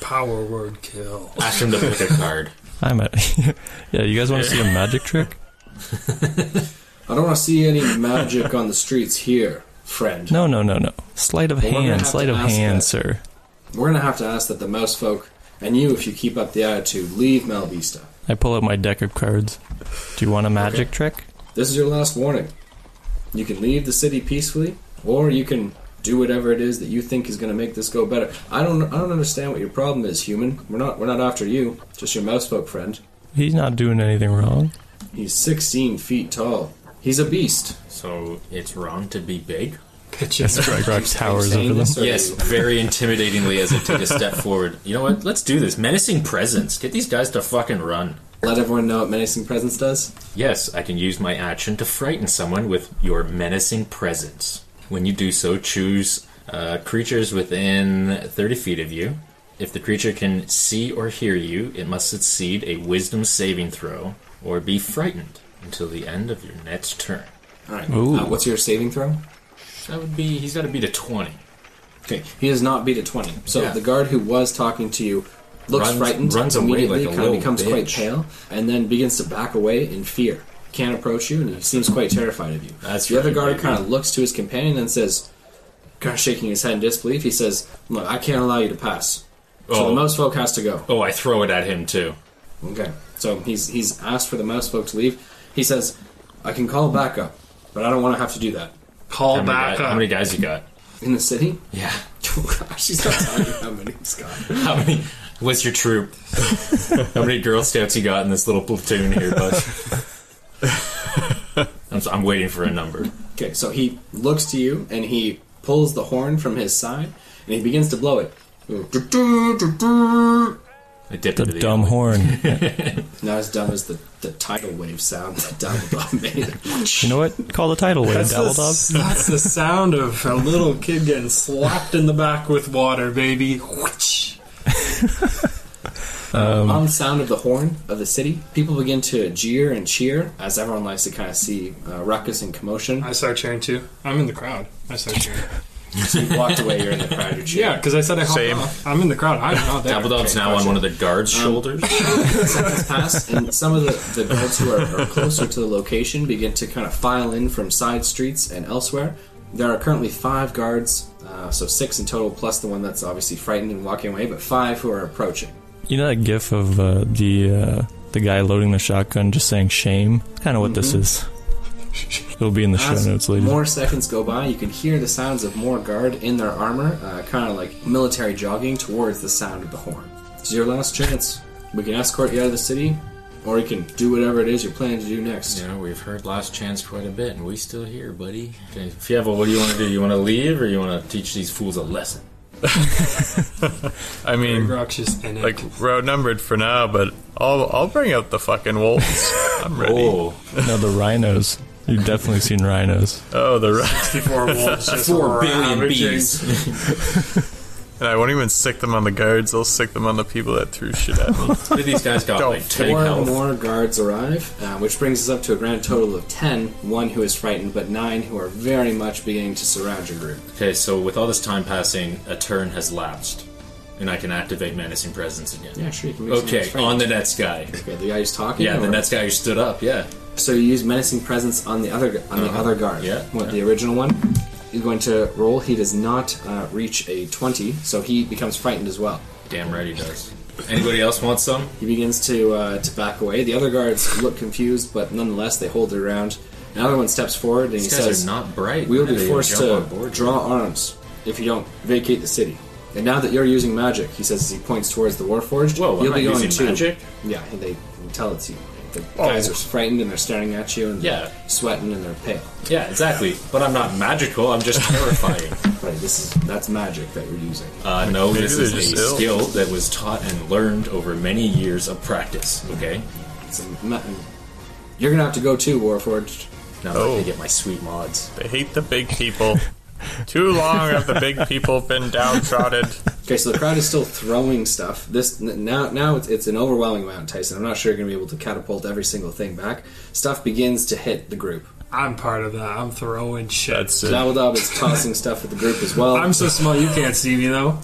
C: Power word kill.
B: Ask him to pick a card.
D: I'm a. yeah, you guys want to see a magic trick?
A: I don't want to see any magic on the streets here, friend.
D: No, no, no, no. Sleight of
A: Well, we're gonna
D: hand,
A: have
D: sleight
A: to
D: of
A: ask
D: hand,
A: that.
D: sir.
A: We're gonna have to ask that the mouse folk and you, if you keep up the attitude, leave Malvista.
D: I pull out my deck of cards. Do you want a magic trick?
A: This is your last warning. You can leave the city peacefully, or you can do whatever it is that you think is going to make this go better. I don't, I don't understand what your problem is, human. We're not, we're not after you. Just your mouse folk friend.
D: He's not doing anything wrong.
A: He's 16 feet tall. He's a beast.
B: So it's wrong to be big?
C: Pitch in.
D: Rock towers
A: Saying
D: over them.
A: this, or
B: Yes,
A: you-
B: very intimidatingly as I take a step forward. You know what? Let's do this. Menacing presence. Get these guys to fucking run.
A: Let everyone know what menacing presence does.
B: Yes, I can use my action to frighten someone with your menacing presence. When you do so, choose uh, creatures within 30 feet of you. If the creature can see or hear you, it must succeed a wisdom saving throw or be frightened until the end of your next turn.
A: All right.
D: Ooh.
A: Uh, what's your saving throw?
B: That would be, he's got to beat a 20.
A: Okay. He does not beat a 20. So
B: Yeah.
A: the guard who was talking to you looks
B: Runs-
A: frightened,
B: runs away
A: immediately,
B: like a
A: kind of
B: little
A: becomes quite
B: bitch.
A: pale, and then begins to back away in fear. Can't approach you, and he seems quite terrified of you.
B: That's
A: the other
B: right,
A: guard
B: baby.
A: kind of looks to his companion and says, kind of shaking his head in disbelief. He says, "Look, I can't allow you to pass. So
B: Oh.
A: the mouse folk has to go."
B: Oh, I throw it at him too.
A: Okay. So he's he's asked for the mouse folk to leave. He says, "I can call backup, but I don't want to have to do that
C: Call
B: How many,
C: back
B: guy-
C: up.
B: how many guys you got?
A: in the city."
B: Yeah.
A: Oh gosh, she's not telling you how many he's got.
B: How many? What's your troop? How many Girl Scouts you got in this little platoon here, bud? I'm, so- I'm waiting for a number.
A: Okay, so he looks to you and he pulls the horn from his side and he begins to blow it.
B: I dip
D: The
B: into the
D: dumb
B: alley.
D: horn.
A: Not as dumb as the, the tidal wave sound that Dabbledob made.
D: You know what? Call the tidal wave,
C: That's
D: Dabbledob.
C: the, that's the sound of a little kid getting slapped in the back with water, baby. Whoosh.
A: On the sound of the horn of the city, people begin to jeer and cheer as everyone likes to kind of see uh, ruckus and commotion.
C: I start cheering too. I'm in the crowd. I start cheering.
A: So you walked away. You're in the crowd. You're cheering.
C: Yeah, because I said I hopped
E: Same.
C: off. I'm in the crowd. I'm not there.
B: Dabbledob's now on one of the guards'
A: Um,
B: shoulders.
A: past, and some of the, the guards who are, are closer to the location begin to kind of file in from side streets and elsewhere. There are currently five guards, uh, so six in total, plus the one that's obviously frightened and walking away, but five who are approaching.
D: You know that gif of uh, the uh, the guy loading the shotgun just saying shame? Kind of what this is. It'll be in the show
A: As
D: notes later.
A: Mm-hmm. more seconds go by, you can hear the sounds of more guard in their armor, uh, kind of like military jogging towards the sound of the horn. It's your last chance. We can escort you out of the city, or you can do whatever it is you're planning to do next.
B: You know, we've heard Last Chance quite a bit, and we still here, buddy. Okay, If you have a, what do you want to do? You want to leave, or you want to teach these fools a lesson?
E: I mean,
C: Roxas in it.
E: like we're outnumbered for now, but I'll I'll bring out the fucking wolves. I'm ready. Oh,
B: Oh,
D: No, the rhinos. You've definitely seen rhinos.
E: Oh, the rest,
C: four wolves, just
B: four billion
C: ravaging.
B: bees.
E: and I won't even sick them on the guards. I'll sick them on the people that threw shit at me.
B: What have these guys got?
E: Go.
B: Like take
A: Four
B: health.
A: more guards arrive, uh, which brings us up to a grand total of ten. One who is frightened, but nine who are very much beginning to surround your group.
B: Okay, so with all this time passing, a turn has lapsed, and I can activate menacing presence again.
A: Yeah, sure. You can make some
B: Okay,
A: frightened.
B: on the next guy.
A: okay, the guy who's talking.
B: Yeah, the
A: or-
B: next guy who stood up. Yeah,
A: So you use menacing presence on the other on the other guard.
B: Uh-huh. Yeah,
A: What
B: yeah.
A: the original one? You're going to roll. He does not uh, reach a twenty, so he becomes frightened as well.
B: damn right he does. Anybody else want some?
A: He begins to uh, to back away. The other guards look confused, but nonetheless they hold their ground. Another one steps forward and
B: These
A: he
B: guys
A: says,
B: are not bright.
A: We will
B: Why do
A: be
B: they
A: forced
B: jump
A: to
B: on board?
A: draw arms if you don't vacate the city. And now that you're using magic, he says as he points towards the Warforged,
B: Whoa, am
A: you'll
B: I
A: be going
B: using
A: to.
B: magic? Oh.
A: Yeah, and they tell it's you. The guys are frightened and they're staring at you and
B: Yeah.
A: they're sweating and they're pale.
B: Yeah, exactly. But I'm not magical. I'm just terrifying.
A: Right, this is that's magic that you're using.
B: Uh, no,
E: Maybe
B: this
E: they're
B: is a
E: just ill.
B: skill that was taught and learned over many years of practice. Okay,
A: It's a ma- you're gonna have to go too, Warforged.
B: now I
E: Oh.
B: can get my sweet mods.
E: They hate the big people. Too long have the big people been downtrodden.
A: Okay, so the crowd is still throwing stuff. This n- now now it's, it's an overwhelming amount, Tyson. I'm not sure you're gonna be able to catapult every single thing back. Stuff begins to hit the group.
C: I'm part of that. I'm throwing shit.
E: That's it.
A: Dabbledob is tossing stuff at the group as well.
C: I'm so small you can't see me though.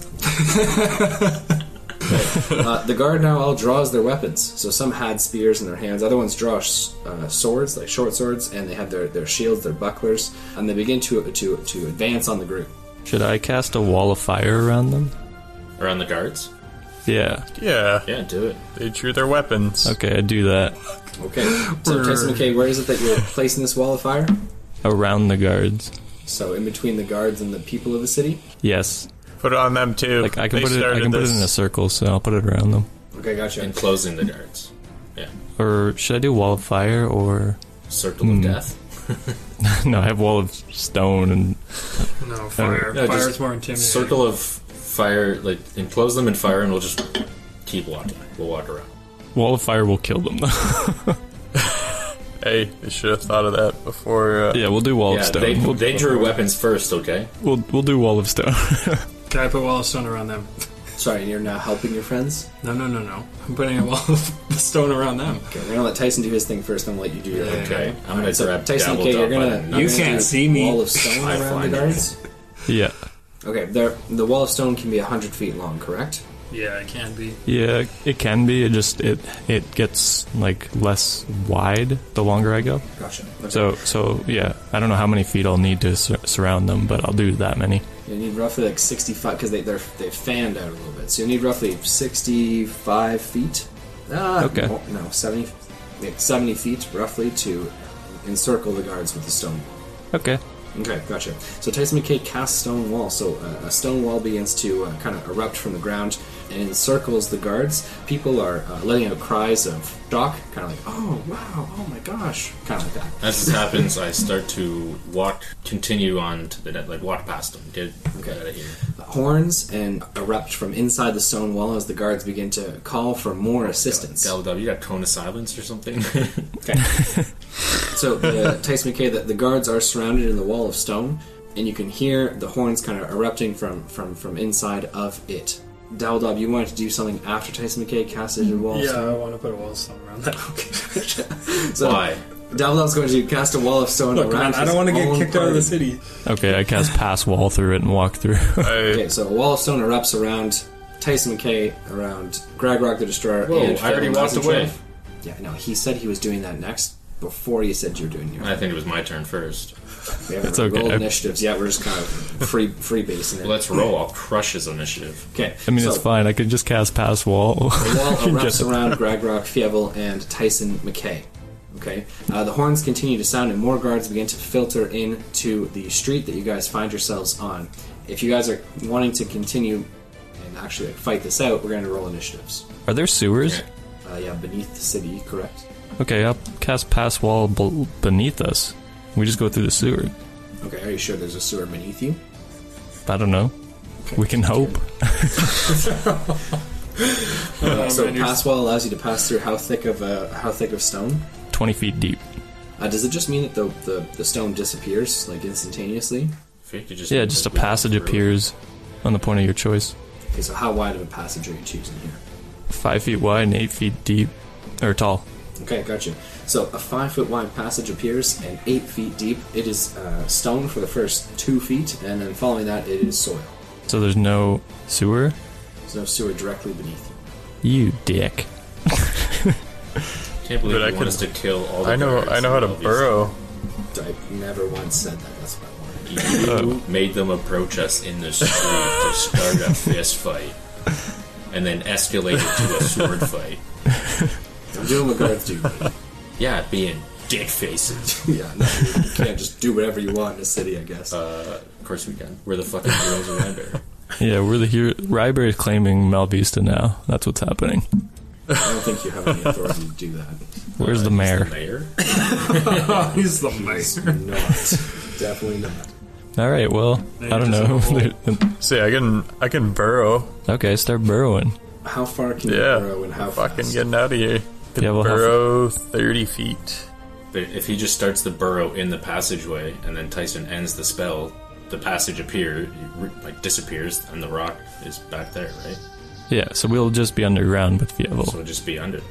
A: Uh, the guard now all draws their weapons. So some had spears in their hands, other ones draw sh- uh, swords, like short swords, and they have their, their shields, their bucklers, and they begin to, to to advance on the group.
D: Should I cast a wall of fire around them?
B: Around the guards?
D: Yeah.
E: Yeah,
B: Yeah, do it.
E: they drew their weapons.
D: Okay, I do that.
A: Okay. So Tyson McKay, where is it that you're placing this wall of fire?
D: Around the guards.
A: So in between the guards and the people of the city.
D: Yes.
E: Put it on them too.
D: Like I can
E: They
D: put it I
E: started
D: can put it
E: this.
D: in a circle, so I'll put it around them.
A: Okay, gotcha.
B: And closing the guards. Yeah,
D: Or should I do wall of fire or
B: circle
A: Hmm.
B: of death.
D: no, I have wall of stone and
C: No fire.
B: No, just
C: Fire's more intimidating.
B: Circle of fire. Like enclose them in fire, and we'll just keep walking. We'll walk around.
D: wall of fire will kill them though.
E: Hey, they should have thought of that before. Uh,
D: yeah, we'll do wall
B: Yeah,
D: of stone.
B: they,
D: we'll,
B: they drew weapons first. Okay.
D: we'll we'll do wall of stone.
C: Can I put wall of stone around them?
A: Sorry, you're now helping your friends.
C: No, no, no, no. I'm putting a wall of stone around them.
A: Okay, we're gonna let Tyson do his thing first, and we'll let you do your thing.
B: Okay. I'm gonna
A: So
B: grab
A: Tyson
B: Tyson
A: McKay, you're gonna
B: by the
A: you're
B: nuts.
A: gonna
C: can't
A: do
C: see me.
A: Wall of stone
B: I
A: around the
B: find it.
A: guards.
D: yeah.
A: Okay, there. The wall of stone can be hundred feet long, correct?
C: Yeah, it can be.
D: Yeah, it can be. It just it it gets like less wide the longer I go.
A: Gotcha. Okay.
D: So so yeah, I don't know how many feet I'll need to sur- surround them, but I'll do that many.
A: You need roughly like 65 because they they're they fanned out a little bit. So you need roughly 65 feet. Ah,
D: Okay.
A: No, no, 70, like 70 feet roughly to encircle the guards with the stone. wall.
D: Okay.
A: Okay, gotcha. So Tyson McKay casts stone wall. So uh, a stone wall begins to uh, kind of erupt from the ground and encircles the guards. People are uh, letting out cries of shock, kind of like "Oh wow, oh my gosh," kind of like that.
B: As this happens, I start to walk, continue on to the net, like walk past them, get, get out of here.
A: horns and erupt from inside the stone wall as the guards begin to call for more assistance.
B: Dabbledob, you got cone of silence or something?
A: So, the, Tyson McKay, the, the guards are surrounded in the wall of stone, and you can hear the horns kind of erupting from, from, from inside of it. Dowdob, you wanted to do something after Tyson McKay casted his wall of
C: Yeah, I
A: stone?
C: want to put a wall of stone around them.
A: So,
B: Why?
A: Davidel's going to cast a wall of stone
F: Look,
A: around
F: man, I
A: his
F: don't want to get
A: own
F: kicked out of the
A: party.
F: city.
D: Okay, I cast pass wall through it and walk through.
E: I,
A: Okay, so a wall of stone erupts around Tyson McKay, around Gragrog the Destroyer.
B: Whoa,
A: and
B: I already
A: Fedor
B: walked
A: Mazenchev.
B: away.
A: Yeah, no, he said he was doing that next before you said you were doing yours.
B: I think it was my turn first.
A: We haven't
D: It's okay.
A: rolled initiatives yet. We're just kind of free free basing it.
B: Let's roll. I'll crush his initiative.
A: okay,
D: I mean,
A: so
D: it's fine. I could just cast pass wall.
A: The wall
D: Just-
A: erupts around Gragrog, Fievel, and Tyson McKay. Okay, uh, the horns continue to sound, and more guards begin to filter into the street that you guys find yourselves on. If you guys are wanting to continue and actually like, fight this out, we're going to roll initiatives.
D: Are there sewers?
B: Okay.
A: Uh, yeah, beneath the city, correct?
D: Okay, I'll cast pass wall b- beneath us. We just go through the sewer.
A: Okay, are you sure there's a sewer beneath you?
D: I don't know. We can hope.
A: Uh, so pass wall allows you to pass through how thick of a how thick of stone?
D: Twenty feet deep.
A: Uh, does it just mean that the, the the stone disappears like instantaneously?
B: If you could just
D: Yeah, just a passage appears on the point of your choice.
A: Okay, so how wide of a passage are you choosing here?
D: Five feet wide and eight feet deep, or tall.
A: Okay, gotcha. So a five foot wide passage appears and eight feet deep. It is uh, stone for the first two feet, and then following that, it is soil.
D: So there's no sewer.
A: There's no sewer directly beneath you.
D: You dick.
B: Can't believe
E: But
B: you
E: I
B: want
E: could-
B: us to kill all. The
E: I know
B: guards
E: I know how to
B: and all these-
E: burrow.
A: I never once said that. That's what I wanted.
B: You
E: Uh.
B: made them approach us in the street to start a fist fight, and then escalate it to a sword fight.
A: I'm doing what guards do. buddy.
B: Yeah, being dick faces.
A: yeah, no, you can't just do whatever you want in a city, I guess.
B: Uh, of course we can. We're the fucking heroes of Red Bear.
D: Yeah, we're the hero. Ryberry is claiming Malvista now. That's what's happening.
A: I don't think you have any authority to do that.
D: Where's the
B: The
D: mayor?
B: mayor?
C: He's the mice.
A: Not. Definitely not.
D: All right. Well, I don't know.
C: just
E: See, I can I can burrow.
D: okay, start burrowing.
A: How far can
E: Yeah.
A: you burrow and how
E: Fucking
A: fast?
E: getting out of here. Can
D: Yeah, we'll have-
E: burrow thirty feet.
B: But if he just starts the burrow in the passageway, and then Tyson ends the spell, the passage appear re- like disappears, and the rock is back there, right?
D: Yeah. So we'll just be underground with Fievel.
B: So it'll just be under.
D: All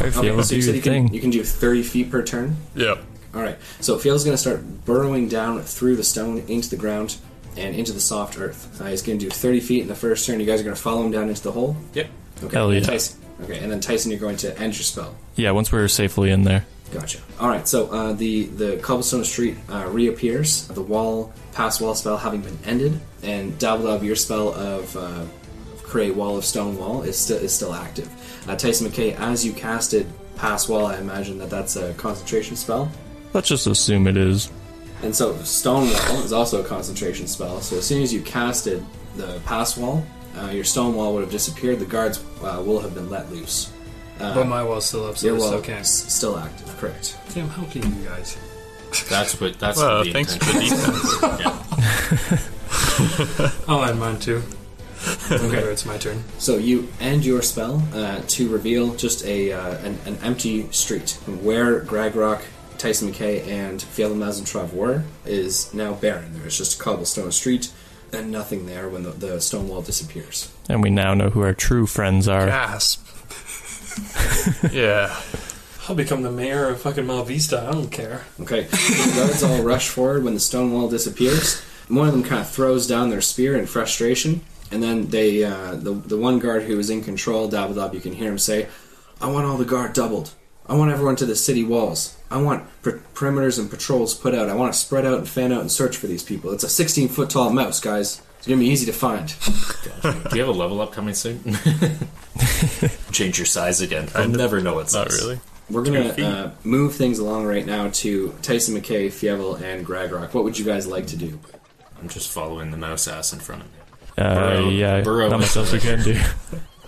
D: right, Fievel,
A: so
D: do
A: you said
D: your
A: you can,
D: thing.
A: you can do 30 feet per turn?
E: Yep.
A: All right. So Fiel's going to start burrowing down through the stone into the ground and into the soft earth. Uh, he's going to do 30 feet in the first turn. You guys are going to follow him down into the hole.
B: Yep.
A: Okay.
D: Hell
A: and
D: yeah.
A: Tyson, okay, and then Tyson, you're going to end your spell.
D: Yeah. Once we're safely in there.
A: Gotcha. All right. So uh, the the cobblestone street uh, reappears. The wall pass wall spell having been ended, and Davidoff, your spell of. Uh, create wall of stone wall is still is still active. Uh, Tyson McKay, as you casted pass wall, I imagine that that's a concentration spell.
D: Let's just assume it is.
A: And so Stonewall is also a concentration spell. So as soon as you casted the pass wall, uh, your Stonewall would have disappeared. The guards uh, will have been let loose.
C: But my wall's still up, so
A: Your
C: I
A: wall
C: still
A: is
C: can't.
A: still active, correct?
C: Damn, how can you guys?
B: That's what. That's
E: Well,
B: the
E: thanks for
B: intention.
E: the defense.
C: I'll add mine too. Whenever it's my turn.
A: So you end your spell uh, to reveal just a uh, an, an empty street where Gragrock, Tyson McKay, and Fiala Mazantrov were is now barren. There's just a cobblestone street and nothing there when the, the stone wall disappears.
D: And we now know who our true friends are.
E: Gasp. yeah.
C: I'll become the mayor of fucking Malvista. I don't care.
A: Okay, the guards all rush forward when the stone wall disappears. One of them kind of throws down their spear in frustration, and then they, uh, the the one guard who is in control, Dabbledob, you can hear him say, "I want all the guard doubled. I want everyone to the city walls. I want per- perimeters and patrols put out. I want to spread out and fan out and search for these people. It's a 16 foot tall mouse, guys. It's gonna be easy to find."
B: Do you have a level up coming soon? Change your size again. I'll
E: Kind of.
B: never know what's
E: Not really.
A: We're
E: Two
A: gonna
E: feet.
A: uh, move things along right now to Tyson McKay, Fievel, and Gragrock. What would you guys like to do?
B: I'm just following the mouse ass in front of me.
D: Uh,
B: Burrow-
D: yeah,
B: burrow
D: not much
B: into
D: else we
B: the
D: can do.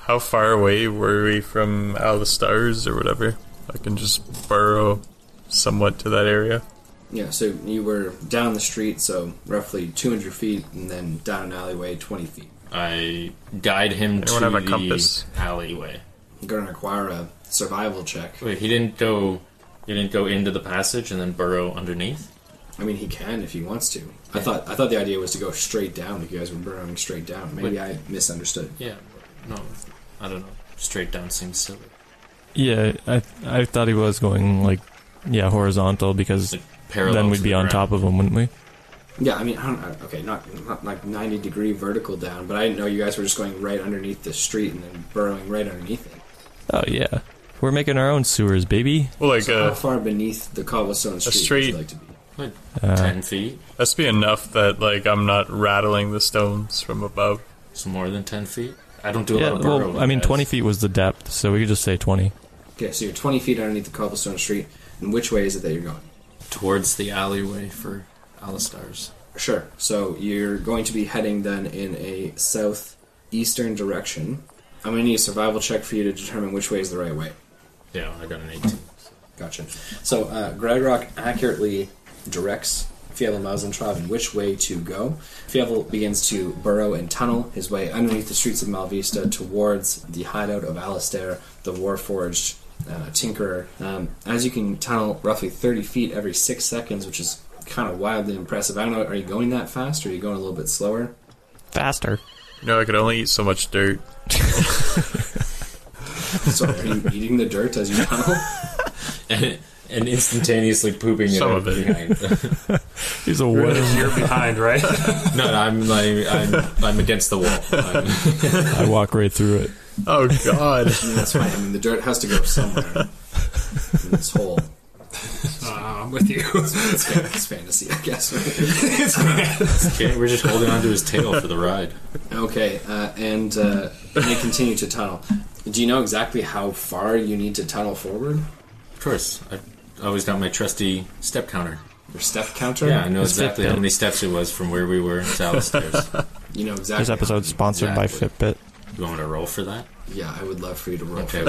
E: How far away were we from out of the stars or whatever? I can just burrow somewhat to that area.
A: Yeah, so you were down the street, so roughly 200 feet, and then down an alleyway 20 feet.
B: I guide him
E: Anyone
B: to
E: have a
B: the
E: compass?
B: alleyway.
A: You're going to require a survival check.
B: Wait, he didn't go. He didn't go into the passage and then burrow underneath.
A: I mean, he can if he wants to. I thought I thought the idea was to go straight down. If you guys were burrowing straight down,
B: Wait.
A: maybe I misunderstood.
B: Yeah. No, I don't know. Straight down seems silly.
D: yeah, I I thought he was going like yeah, horizontal because
B: Like parallel.
D: then
B: to
D: we'd be
B: the
D: on
B: ground.
D: top of them, wouldn't we?
A: Yeah, I mean, I don't, I- okay, not, not like 90 degree vertical down, but I didn't know you guys were just going right underneath the street and then burrowing right underneath it.
D: Oh yeah, we're making our own sewers, baby.
E: Well, like
A: So how
E: uh,
A: far beneath the cobblestone street, would
E: street.
A: you like to be?
B: Like
D: Uh,
B: ten feet.
E: that's be enough that like I'm not rattling the stones from above.
B: So more than ten feet. I don't do a
D: yeah,
B: lot of
D: well,
B: burrowing,
D: I mean,
B: guys.
D: twenty feet was the depth, so we could just say twenty.
A: Okay, so you're 20 feet underneath the cobblestone street, and which way is it that you're going?
B: towards the alleyway for Alistar's.
A: Sure. So you're going to be heading then in a southeastern direction. I'm going to need a survival check for you to determine which way is the right way.
B: Yeah, I got an eighteen.
A: Gotcha. So uh, Gregrock accurately directs Fievel Malzentrov in which way to go. Fievel begins to burrow and tunnel his way underneath the streets of Malvista towards the hideout of Alistair, the Warforged uh, Tinkerer. Um, as you can tunnel roughly 30 feet every six seconds, which is kind of wildly impressive. I don't know, are you going that fast or are you going a little bit slower?
D: Faster.
E: You know, I could only eat so much dirt.
A: So are you eating the dirt as you tunnel?
B: and instantaneously pooping
E: Some
B: it
E: of
B: out
E: it.
B: behind.
D: He's a
C: You're,
D: what?
C: you're behind, right?
B: no, no, I'm like I'm I'm against the wall. I'm,
D: I walk right through it.
E: Oh God!
A: And that's fine. I mean, the dirt has to go somewhere in this hole.
C: Uh, I'm with you.
A: It's, fan- it's fantasy, I guess.
B: okay, we're just holding onto his tail for the ride.
A: Okay, uh, and uh, they continue to tunnel. Do you know exactly how far you need to tunnel forward?
B: Of course, I always got my trusty step counter.
A: Your step counter?
B: Yeah, I know
D: It's
B: exactly
D: Fitbit.
B: how many steps it was from where we were to Alistair's.
A: You know exactly.
D: This episode's sponsored by
B: Exactly.
D: Fitbit.
B: you want me to roll for that?
A: Yeah, I would love for you to roll.
B: Okay,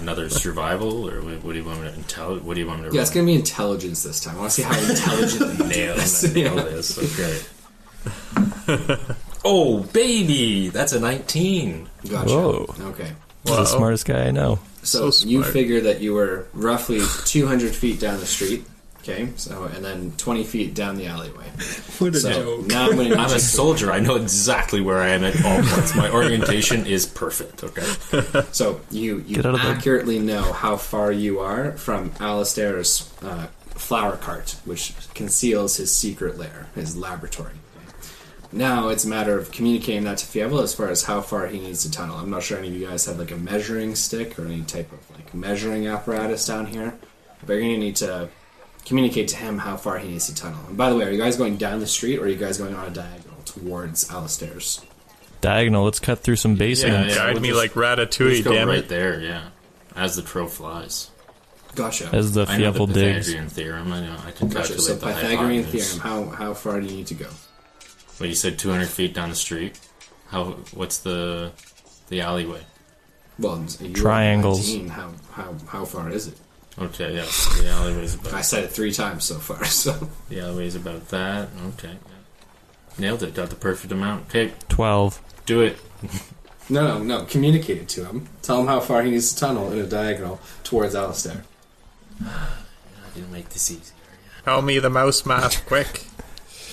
B: another survival, or what, what do you want me to intel? What do you want me to
A: Yeah,
B: roll?
A: it's going to be intelligence this time. I want to see how intelligent you do
B: Nail
A: this.
B: it, nail this. Okay. oh, baby! That's a 19.
A: Gotcha.
D: Whoa.
A: Okay.
D: He's
E: Wow.
D: the smartest guy I know.
A: So,
E: So
A: you
E: smart.
A: figure that you were roughly 200 feet down the street. Okay, so and then 20 feet down the alleyway.
C: What a
A: So
C: joke.
A: now I'm going to
B: I'm a soldier. I know exactly where I am at all points. My orientation is perfect. Okay.
A: So you, you
D: Get out of the-
A: accurately know how far you are from Alistair's uh, flower cart, which conceals his secret lair, his laboratory. Now it's a matter of communicating that to Fievel as far as how far he needs to tunnel. I'm not sure any of you guys have like a measuring stick or any type of like measuring apparatus down here, but you're gonna need to communicate to him how far he needs to tunnel. And by the way, are you guys going down the street or are you guys going on a diagonal towards Alistair's?
D: Diagonal. Let's cut through some
B: Yeah,
D: basement.
B: yeah.
E: Guide
B: we'll
E: me
B: just-
E: like
B: Let's
E: Ratatouille,
B: go
E: damn
B: right
E: it!
B: there. Yeah. As the crow flies.
A: Gotcha.
D: As the
B: I know the
D: Fievel digs.
B: Pythagorean theorem. I know. I can
A: Gotcha.
B: calculate
A: So
B: the
A: Pythagorean
B: hypotenuse.
A: theorem. How how far do you need to go?
B: Well, you said 200 feet down the street. How? What's the the alleyway?
A: Well, it's- you were
D: Triangles.
A: 19, How how how far is it?
B: Okay. Yeah. so the alleyway's about.
A: I said it three times so far. So
B: The alleyway's about that. Okay. yeah. Nailed it. Got the perfect amount. Okay.
D: Twelve.
B: Do it.
A: no no no. Communicate it to him. Tell him how far he needs to tunnel in a diagonal towards Alistair.
B: You will make this easy.
E: Tell me the mouse math quick.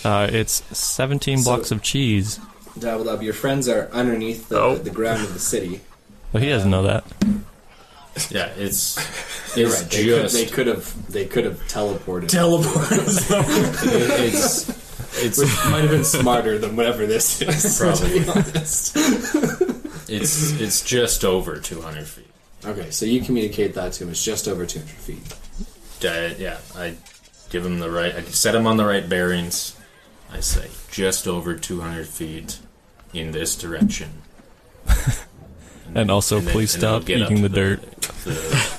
D: Uh, it's seventeen
A: So-
D: blocks of cheese.
A: Dabble up. Your friends are underneath the,
E: Oh.
A: the ground of the city.
D: Oh, he doesn't know that.
B: Yeah, it's
A: You're
B: it's
A: right. They could,
B: just
A: they could have they could have teleported.
B: teleport. it's
A: which
B: it's
A: might have been smarter than whatever this is.
B: Probably.
A: To be honest.
B: it's it's just over 200 feet.
A: Okay, so you communicate that to him. It's just over 200 feet.
B: Di- yeah, I give him the right. I set him on the right bearings. I say just over 200 feet in this direction.
D: And also,
B: And then-
D: please
B: and then I'll
D: stop
B: get up
D: eating
B: to
D: the dirt.
B: The,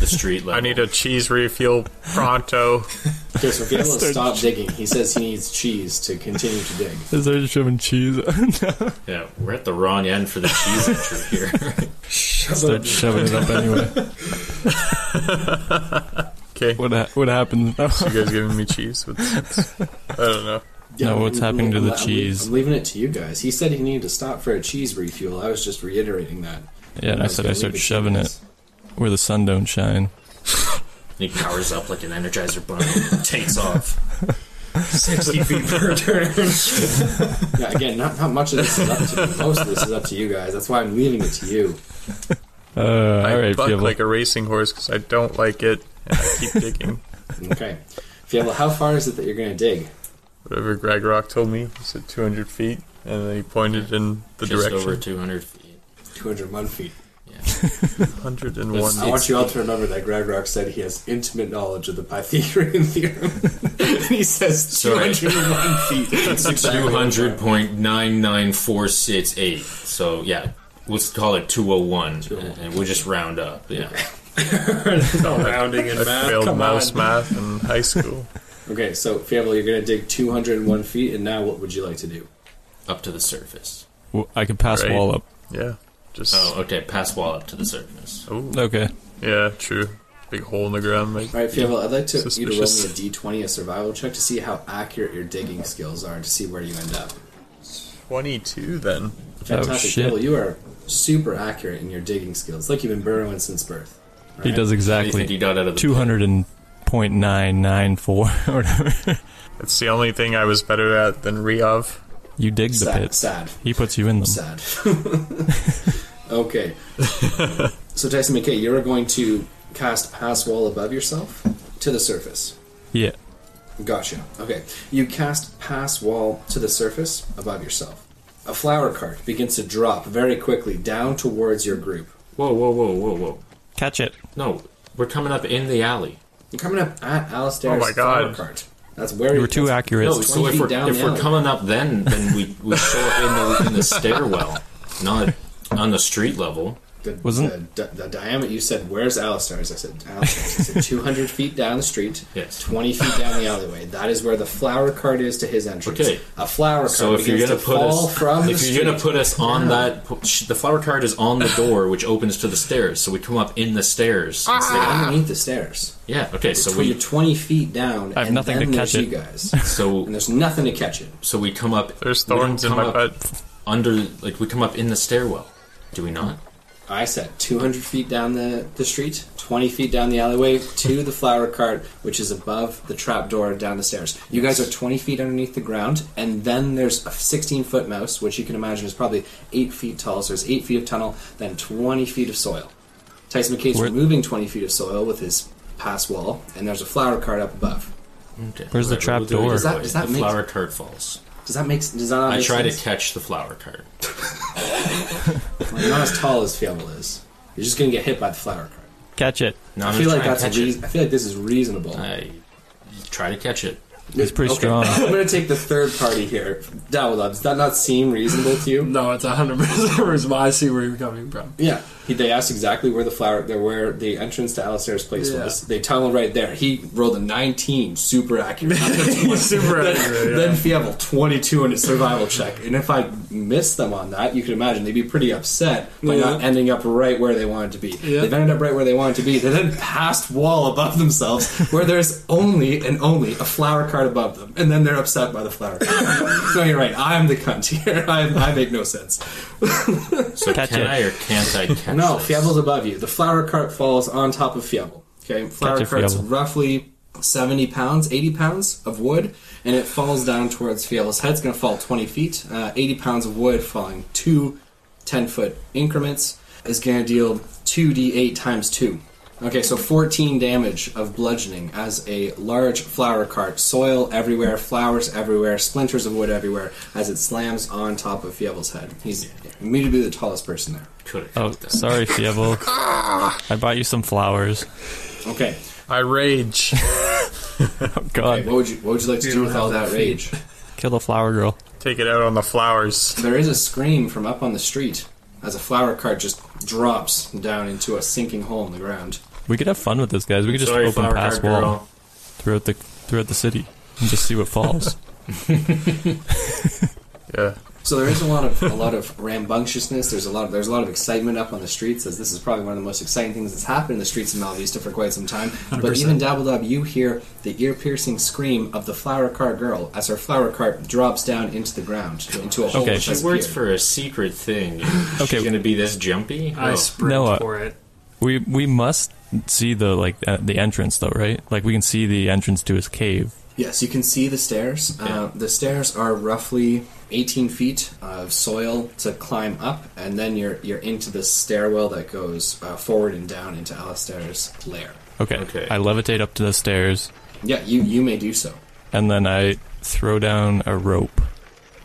B: the street level.
E: I need a cheese refuel pronto.
A: Okay, so if you stop digging, he says he needs cheese to continue to dig.
D: Is there just shoving cheese?
B: Yeah, we're at the wrong end for the cheese entry here.
D: Start shoving it up anyway.
E: Okay,
D: What ha- what happens?
E: you guys giving me cheese? With, I don't know.
D: No, what's happening to the
A: I'm- I'm-
D: cheese?
A: I'm leaving it to you guys. He said he needed to stop for a cheese refuel. I was just reiterating that.
D: Yeah, and I
A: was
D: said
A: gonna
D: I
A: leave
D: start
A: to you
D: shoving it
A: guys.
D: where the sun don't shine.
B: he powers up like an Energizer bunny and takes off.
C: 60 feet per turn.
A: Yeah, again, not, not much of this is up to me. Most of this is up to you guys. That's why I'm leaving it to you.
D: Uh, all
E: I
D: right,
E: buck
D: Fievel.
E: like a racing horse because I don't like it. and I keep digging.
A: Okay. Fiala, how far is it that you're going to dig?
E: Whatever Greg Rock told me, he said 200 feet, and then he pointed in the
B: just
E: direction.
B: over 200 feet.
A: 201 feet.
B: Yeah.
E: 101.
B: That's-
A: I want you all to remember that Greg Rock said he has intimate knowledge of the Pythagorean theorem. and he says
B: Sorry.
A: 201 feet. It's exactly what I'm talking about.
B: 200.99468. So, yeah, let's call it 201, and- and we'll just round up. oh Yeah.
A: rounding and
E: I failed mouse math in high school.
A: Okay, so Fiala, you're going to dig 201 feet, and now what would you like to do?
B: Up to the surface.
D: W- I could pass
E: Right.
D: wall up.
E: Yeah, just
B: Oh, okay. Pass wall up to the surface.
E: Ooh.
D: Okay.
E: yeah, true. Big hole in the ground, like
A: All right, Fiala, I'd like to, you to roll me a
E: Suspicious.
A: d20, a survival check, to see how accurate your digging skills are, and to see where you end up.
E: 22 then.
A: Fantastic,
D: Oh, shit.
A: Fiala, you are super accurate in your digging skills. Like you've been burrowing since birth.
B: What do
D: He does
B: you think
D: exactly
B: you got out of the pit?
D: 200.994 or whatever.
E: It's the only thing I was better at than Riov.
D: You dig the
A: Sad,
D: pits.
A: sad.
D: He puts you in them.
A: sad. okay. so Tyson McKay, you're going to cast pass wall above yourself to the surface.
D: Yeah.
A: Gotcha. Okay. You cast pass wall to the surface above yourself. A flower cart begins to drop very quickly down towards your group.
B: Whoa, whoa, whoa, whoa, whoa.
D: Catch it.
B: No, we're coming up in the alley.
A: You're coming up at Alistair's
E: Oh my
A: flower
E: God.
A: cart. That's where
D: You were too
A: that's-
D: accurate.
B: No, so
A: 20
B: if
A: feet
B: we're,
A: down
B: if
A: the
B: we're
A: alley.
B: coming up then, then we, we show up in the, in the stairwell, not on the street level.
A: The,
D: Wasn't-
A: the, the diameter you said? Where's Alistair's? I said Alistair's. I said two hundred feet down the street.
B: Yes.
A: Twenty feet down the alleyway. That is where the flower cart is to his entrance.
B: Okay.
A: A flower cart.
B: So if you're
A: begins
B: gonna
A: to
B: put
A: fall
B: us,
A: from
B: if
A: the
B: you're gonna
A: street-
B: put us on that, pu- sh- the flower cart is on the door, which opens to the stairs. So we come up in the stairs.
A: They're underneath the stairs.
B: Yeah. Okay. So
A: So you're
B: we
A: twenty feet down.
D: I have
A: and
D: nothing
A: then
D: to
A: there's
D: catch
A: you guys. and
B: so
A: there's nothing to catch it.
B: so we come up.
E: There's
B: we don't
E: thorns in
B: come
E: my
B: up
E: butt.
B: Under like we come up in the stairwell. Do we not?
A: I said 200 feet down the, the street, 20 feet down the alleyway to the flower cart, which is above the trap door down the stairs. You guys are 20 feet underneath the ground, and then there's a 16 foot mouse, which you can imagine is probably 8 feet tall. So there's 8 feet of tunnel, then 20 feet of soil. Tyson McKay's
D: Where-
A: removing 20 feet of soil with his pass wall, and there's a flower cart up above.
B: Okay.
D: Where's the
B: Right,
D: trap
B: we'll do it
D: door?
B: either
D: Does Oh,
A: that-
B: way.
A: does that
B: the
A: make-
B: flower cart falls.
A: Does that make s- Does that not
B: I
A: make
B: try to
A: sense?
B: catch the flower cart.
A: Well, You're not as tall as Fiamma is. You're just going to get hit by the flower cart.
D: Catch it.
B: No,
A: I
B: I'm
A: feel
B: gonna
A: like
B: try and
A: that's
B: catch
A: reas- I feel like this is reasonable.
B: it. I try to catch it.
D: He's pretty
A: Okay,
D: strong.
A: I'm going to take the third party here. Dawuda, does that not seem reasonable to you?
C: No, it's 100% reasonable. I see where you're coming from.
A: Yeah. He, they asked exactly where the flower, there where the entrance to Alistair's place
C: Yeah.
A: was. They tunneled right there. He rolled a 19, super accurate.
C: Super accurate, yeah.
A: Then Fievel, 22 in his survival check. And if I missed them on that, you can imagine they'd be pretty upset by not
C: Yeah.
A: ending up right where they wanted to be.
C: Yeah.
A: They've ended up right where they wanted to be. They then passed wall above themselves, where there's only and only a flower cart above them, and then they're upset by the flower cart. no, you're right. I'm the cunt here. I, I make no sense.
B: So
D: Catch
B: can
D: it.
B: I or can't I catch
A: No,
B: this?
A: Fievel's above you. The flower cart falls on top of Fievel. Okay, flower
D: Gotcha,
A: cart's
D: Fievel.
A: roughly 70 pounds, 80 pounds of wood, and it falls down towards Fievel's head. It's going to fall 20 feet. Uh, 80 pounds of wood falling two 10 foot increments is going to deal 2d8 times 2. Okay, so 14 damage of bludgeoning as a large flower cart, soil everywhere, flowers everywhere, splinters of wood everywhere, as it slams on top of Fievel's head. He's immediately the tallest person there.
B: Could have
D: Oh,
B: caught that.
D: sorry, Fievel. I bought you some flowers.
A: Okay,
E: I rage.
D: Oh, God.
A: Okay, what would you What would you like to do with all that rage?
D: Kill the flower girl.
E: Take it out on the flowers.
A: There is a scream from up on the street as a flower cart just drops down into a sinking hole in the ground.
D: We could have fun with this, guys. We could just
B: Sorry,
D: open
B: flower
D: pass
B: cart
D: wall
B: girl.
D: throughout the throughout the city and just see what falls.
E: Yeah.
A: So there is a lot of a lot of rambunctiousness. There's a lot of there's a lot of excitement up on the streets as this is probably one of the most exciting things that's happened in the streets of Malvista for quite some time. But
C: 100%.
A: even Dabbledub, you hear the ear piercing scream of the flower cart girl as her flower cart drops down into the ground into a hole.
D: Okay.
A: which
D: She
B: She
A: has
B: works
A: appeared.
B: for a secret thing.
D: Okay.
B: She's gonna be this jumpy.
C: I
B: Oh.
C: sprint
D: Noah.
C: for it.
D: we we must see the like uh, the entrance though, right? Like we can see the entrance to his cave.
A: Yes, you can see the stairs. Uh, the stairs are roughly 18 feet of soil to climb up, and then you're you're into this stairwell that goes uh, forward and down into Alistair's lair.
D: Okay.
B: Okay.
D: I levitate up to the stairs,
A: Yeah, you you may do so.
D: and then I throw down a rope.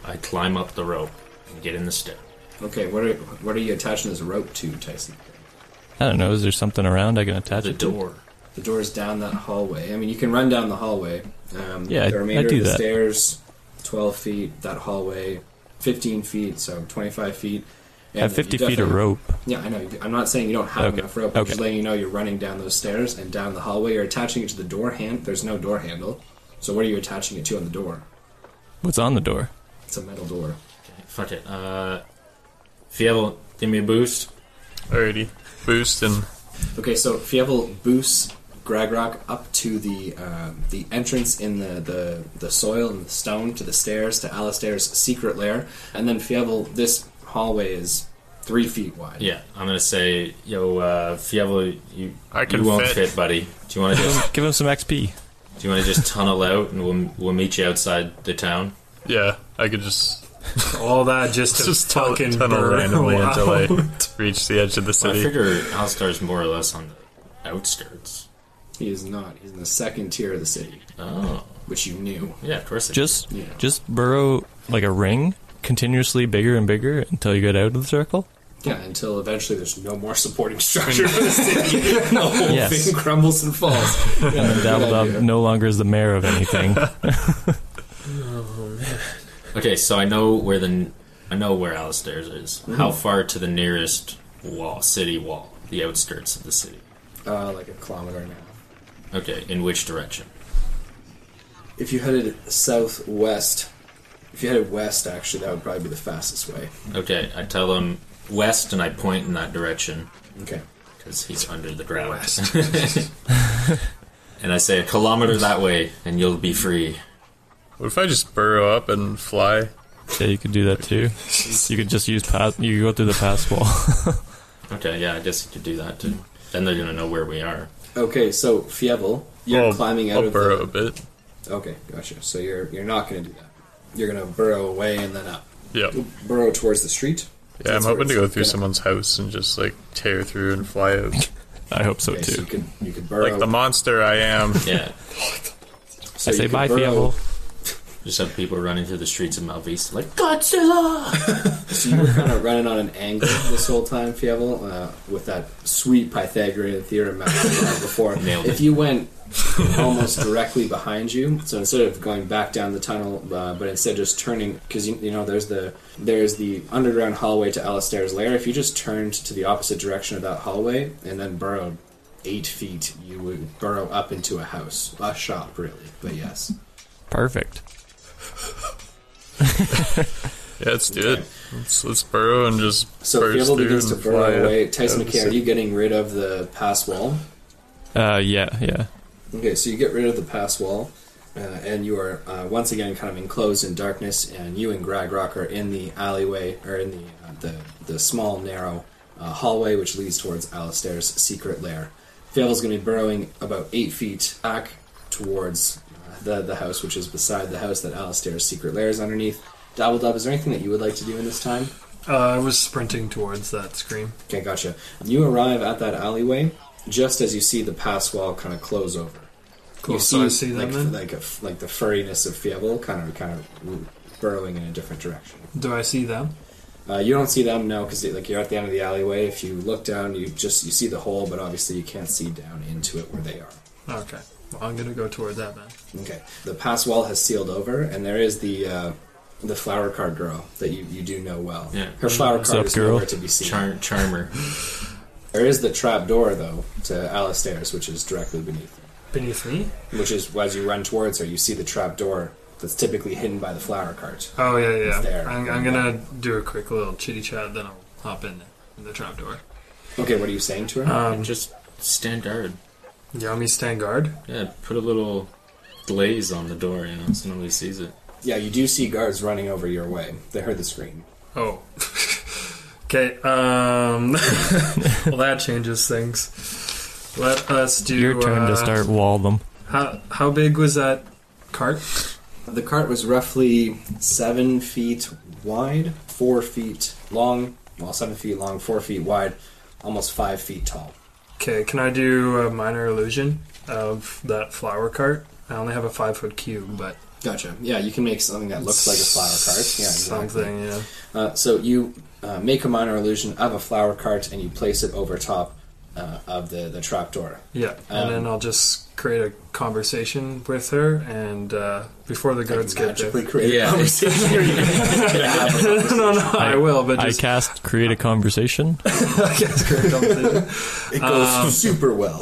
B: I climb up the rope and get in the stair.
A: Okay, what are what are you attaching this rope to, Tyson?
D: I don't know. Is there something around I can attach
B: The
D: it to?
B: door.
A: The door is down that hallway. I mean, you can run down the hallway. Um,
D: Yeah, I-
A: the remainder
D: I do
A: of the
D: that.
A: stairs, twelve feet. That hallway, fifteen feet. So twenty-five feet.
D: I
A: And
D: have
A: then
D: 50
A: you
D: feet of
A: definitely-
D: rope.
A: Yeah, I know. I'm not saying you don't have
D: Okay.
A: enough rope. I'm just
D: Okay.
A: letting you know you're running down those stairs and down the hallway. You're attaching it to the door hand. There's no door handle. So what are you attaching it to on the door?
D: What's on the door?
A: It's a metal door.
B: Fuck it. Uh, Fievel, give me a boost.
E: Alrighty. Boost and
A: Okay, so Fievel boosts Gragrock up to the um, the entrance in the, the, the soil and the stone to the stairs to Alistair's secret lair, and then Fievel, this hallway is three feet wide.
B: Yeah, I'm gonna say, yo, uh, Fievel, you,
E: I can
B: you won't
E: fit.
B: fit, buddy. Do you want to just
D: Give him some XP.
B: do you want to just tunnel out and we'll we'll meet you outside the town?
E: yeah, I could just
C: All that just to
E: just tell
C: fucking
E: tunnel
C: burn.
E: randomly
C: Wow.
E: until I reach the edge of the
B: I
E: city.
B: figure Alistar's more or less on the outskirts.
A: He is not. He's in the second tier of the city,
B: Oh,
A: which you knew.
B: yeah, of course. It
D: Just,
A: Yeah.
D: just burrow like a ring, continuously bigger and bigger until you get out of the circle.
A: Yeah, until eventually there's no more supporting structure for the city. the whole
D: Yes.
A: thing crumbles and falls. Yeah, good
D: Dabbledob
A: idea.
D: no longer is the mayor of anything.
B: Okay, so I know where the I know where Alistair's is. How far to the nearest wall, city wall, the outskirts of the city?
A: Uh, like a kilometer and a half.
B: Okay, in which direction?
A: If you headed southwest, if you headed west, actually, that would probably be the fastest way.
B: Okay, I tell him west, and I point in that direction
A: Okay.
B: because he's under the ground. and I say a kilometer that way, and you'll be free.
E: What if I just burrow up and fly?
D: yeah, you could do that too. You could just use pass. You could go through the pass wall.
B: Okay, yeah, I guess you could do that too. Then they're gonna know where we are.
A: Okay, so Fievel, you're
E: Well,
A: climbing out
E: I'll
A: of
E: burrow
A: the.
E: a bit.
A: Okay, gotcha. So you're you're not gonna do that. You're gonna burrow away and then up.
E: Yep.
A: Burrow towards the street.
E: Yeah, I'm
A: That's where
E: hoping to
A: it's
E: go through
A: gonna-
E: someone's house and just like tear through and fly out.
D: I hope so
A: Okay, so
D: too.
A: you could you could burrow.
E: Like the monster I am.
B: Yeah,
A: so
D: I
A: you
D: say
A: could
D: bye,
A: burrow-
D: Fievel.
B: just have people running through the streets of Malvista like Godzilla.
A: So you were kind of running on an angle this whole time, Fievel, uh, with that sweet Pythagorean theorem I mentioned before.
B: Nailed
A: if
B: it.
A: you went almost directly behind you, so instead of going back down the tunnel, uh, but instead just turning, because you, you know there's the there's the underground hallway to Alistair's lair. If you just turned to the opposite direction of that hallway and then burrowed eight feet, you would burrow up into a house, a shop, really. But yes,
D: Perfect.
E: Yeah, let's do it. Let's, let's burrow and just
A: so
E: burst
A: Fievel
E: through
A: begins to
E: and
A: burrow
E: fly out-
A: away. Tyson
E: out of the
A: McKay, are
E: city.
A: you getting rid of the pass wall?
D: Uh, yeah, yeah.
A: Okay, so you get rid of the pass wall, uh, and you are uh, once again kind of enclosed in darkness. And you and Gragrock are in the alleyway, or in the uh, the, the small narrow uh, hallway which leads towards Alistair's secret lair. Fievel's going to be burrowing about eight feet back towards uh, the the house, which is beside the house that Alistair's secret lair is underneath. Dabbledub, is there anything that you would like to do in this time?
C: Uh, I was sprinting towards that scream.
A: Okay, gotcha. You arrive at that alleyway just as you see the pass wall kind of close over.
C: Cool.
A: You see,
C: so I see them
A: like,
C: then.
A: like, a, like the furriness of Fievel kind of kind of burrowing in a different direction.
C: Do I see them?
A: Uh, you don't see them now because like you're at the end of the alleyway. If you look down, you just you see the hole, but obviously you can't see down into it where they are.
C: Okay. Well, I'm gonna go toward that man.
A: Okay, the pass wall has sealed over, and there is the uh, the flower card girl that you, you do know well.
B: Yeah.
A: Her flower
D: What's
A: card
D: up,
A: is
D: girl?
A: nowhere to be seen.
B: Char- Charmer.
A: There is the trap door though to Alistair's, which is directly beneath. Them.
C: Beneath me?
A: which is as you run towards her, you see the trap door that's typically hidden by the flower cart.
C: Oh yeah,
A: It's
C: yeah.
A: there.
C: I'm, I'm gonna do a quick little chitty chat, then I'll hop in the trapdoor.
A: Okay, what are you saying to her?
D: Um,
B: Just stand guard.
C: Yami stand guard.
B: Yeah, put a little glaze on the door, you know, so nobody sees it.
A: yeah, you do see guards running over your way. They heard the scream.
C: Oh. okay. Um. well, that changes things. Let us do.
D: Your turn
C: uh,
D: to start wall them.
C: How how big was that cart?
A: The cart was roughly seven feet wide, four feet long, well, seven feet long, four feet wide, almost five feet tall.
C: Okay, can I do a minor illusion of that flower cart? I only have a five foot cube, but
A: Gotcha. Yeah, you can make something that looks like a flower cart. Yeah, exactly.
C: something, yeah.
A: Uh, so you uh, make a minor illusion of a flower cart and you place it over top uh, of the, the trapdoor.
C: Yeah, and
A: Um,
C: then I'll just create a conversation with her, and uh, before the guards get there.
A: Magically create
B: Yeah.
A: a conversation. You're gonna have a
C: no, no, no, I, will, but
D: I
C: just
D: cast create a conversation.
C: I guess create a conversation.
A: It goes super well.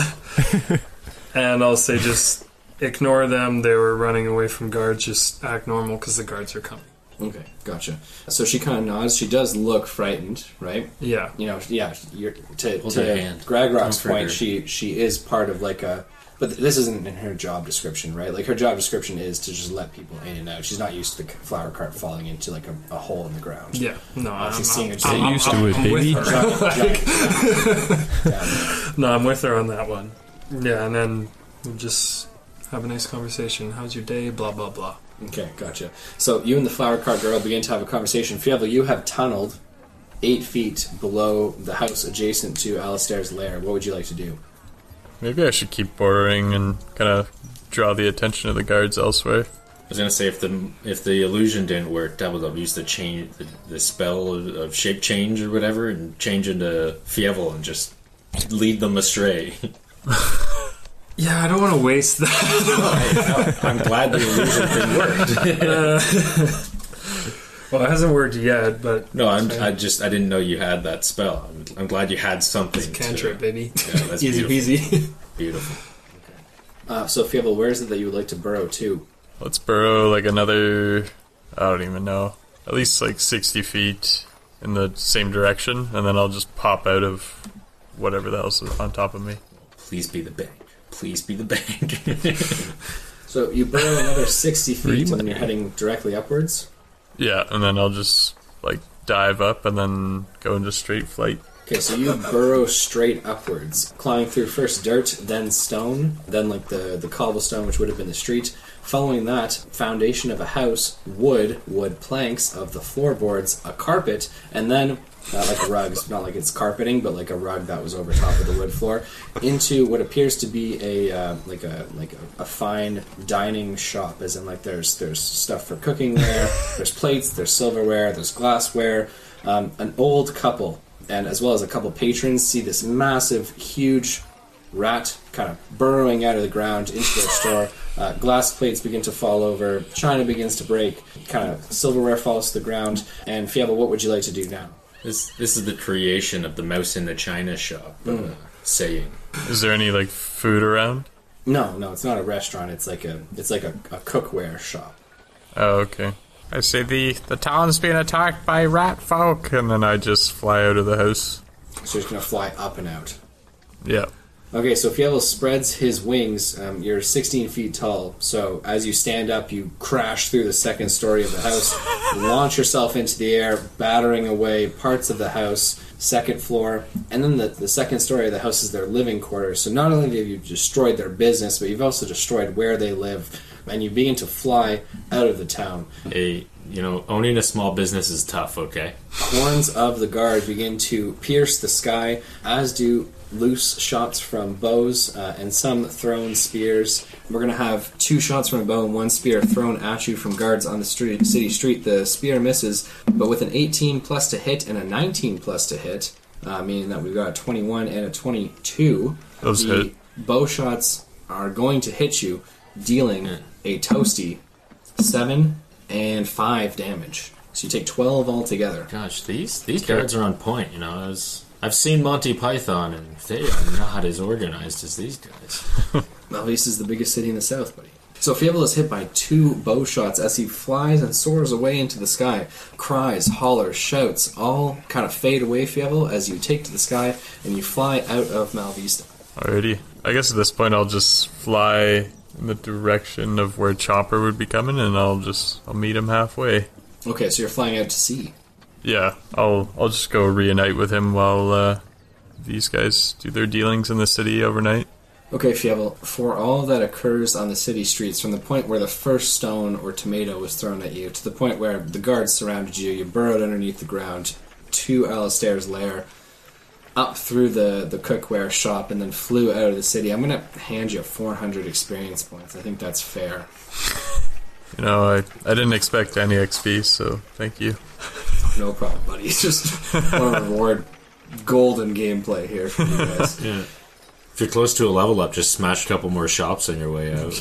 C: and I'll say just ignore them. They were running away from guards. Just act normal because the guards are coming.
A: Okay, gotcha. So she kind of nods. She does look frightened, right?
C: Yeah,
A: You know, yeah. You're, to
B: Hold
A: to
B: her hand.
A: Gragrock's
B: Comfort
A: point,
B: her.
A: she she is part of like a. But th- this isn't in her job description, right? Like her job description is to just let people in and out. She's not used to the c- flower cart falling into like a, a hole in the ground.
C: yeah. No, I'm,
A: she's seeing it.
C: I'm-
A: Get
C: I'm-
D: used to
C: I'm-
D: it,
C: I'm with
D: baby.
C: her. No, I'm with her on that one. Yeah, and then we'll just have a nice conversation. How's your day? Blah blah blah.
A: Okay, gotcha. So you and the flower cart girl begin to have a conversation. Fievel, you have tunneled eight feet below the house adjacent to Alistair's lair. What would you like to do?
E: Maybe I should keep borrowing and kind of draw the attention of the guards elsewhere.
B: I was gonna say if the if the illusion didn't work, that would have used the change the, the spell of, of shape change or whatever, and change into Fievel and just lead them astray.
C: Yeah, I don't want to waste that.
B: I'm glad the illusion thing worked.
C: Well, it hasn't worked yet, but
B: No, I'm, I just I didn't know you had that spell. I'm, I'm glad you had something. to-
C: cantrip, baby.
B: Yeah, that's
C: Easy
B: beautiful.
C: peasy.
B: Beautiful.
A: Uh, so Fievel, where is it that you would like to burrow to?
E: Let's burrow like another. I don't even know. At least like 60 feet in the same direction, and then I'll just pop out of whatever the hell's on top of me.
B: Please be the bank. Please be the bank.
A: So you burrow another 60 feet and
D: Remake.
A: you're heading directly upwards.
E: Yeah, and then I'll just like dive up and then go into straight flight.
A: Okay, so you burrow straight upwards, climbing through first dirt, then stone, then like the, the cobblestone, which would have been the street. Following that, foundation of a house, wood, wood planks of the floorboards, a carpet, and then uh, like rugs, not like it's carpeting, but like a rug that was over top of the wood floor, into what appears to be a uh, like a like a, a fine dining shop, as in like there's there's stuff for cooking there, there's plates, there's silverware, there's glassware. Um, an old couple and as well as a couple patrons see this massive, huge rat kind of burrowing out of the ground into their store. Uh, glass plates begin to fall over. China begins to break. Kind of silverware falls to the ground. And Fiaba, what would you like to do now?
B: this this is the creation of the mouse in the china shop uh, saying.
E: Is there any like food around?
A: No, no, it's not a restaurant. It's like a it's like a, a cookware shop.
E: Oh, okay. I see the the town's being attacked by rat folk, and then I just fly out of the house.
A: So it's gonna fly up and out.
E: Yeah.
A: Okay, so Fievel spreads his wings. Um, you're 16 feet tall, so as you stand up, you crash through the second story of the house, launch yourself into the air, battering away parts of the house, second floor, and then the, the second story of the house is their living quarters. So not only have you destroyed their business, but you've also destroyed where they live, and you begin to fly out of the town.
B: Hey, you know, owning a small business is tough, okay?
A: Horns of the guard begin to pierce the sky, as do loose shots from bows uh, and some thrown spears. We're going to have two shots from a bow and one spear thrown at you from guards on the street, city street. The spear misses, but with an 18 plus to hit and a 19 plus to hit, uh, meaning that we've got a 21 and a 22,
E: Those
A: the
E: hit.
A: bow shots are going to hit you, dealing a toasty 7 and 5 damage. So you take 12 altogether.
B: Gosh, these these guards are on point. You know, I was, I've seen Monty Python, and they are not as organized as these guys.
A: Malvis is the biggest city in the south, buddy. So Fievel is hit by two bow shots as he flies and soars away into the sky. Cries, hollers, shouts all kind of fade away, Fievel, as you take to the sky and you fly out of Malvista.
E: Alrighty. I guess at this point I'll just fly in the direction of where Chopper would be coming, and I'll just I'll meet him halfway.
A: Okay, so you're flying out to sea.
E: Yeah. I'll I'll just go reunite with him while uh, these guys do their dealings in the city overnight.
A: Okay, Fievel, for all that occurs on the city streets, from the point where the first stone or tomato was thrown at you, to the point where the guards surrounded you, you burrowed underneath the ground to Alistair's lair, up through the, the cookware shop and then flew out of the city, I'm going to hand you 400 experience points. I think that's fair.
E: You know, I, I didn't expect any XP, so thank you.
A: No problem, buddy. It's just want to reward golden gameplay here for you guys.
B: Yeah. If you're close to a level up, just smash a couple more shops on your way out.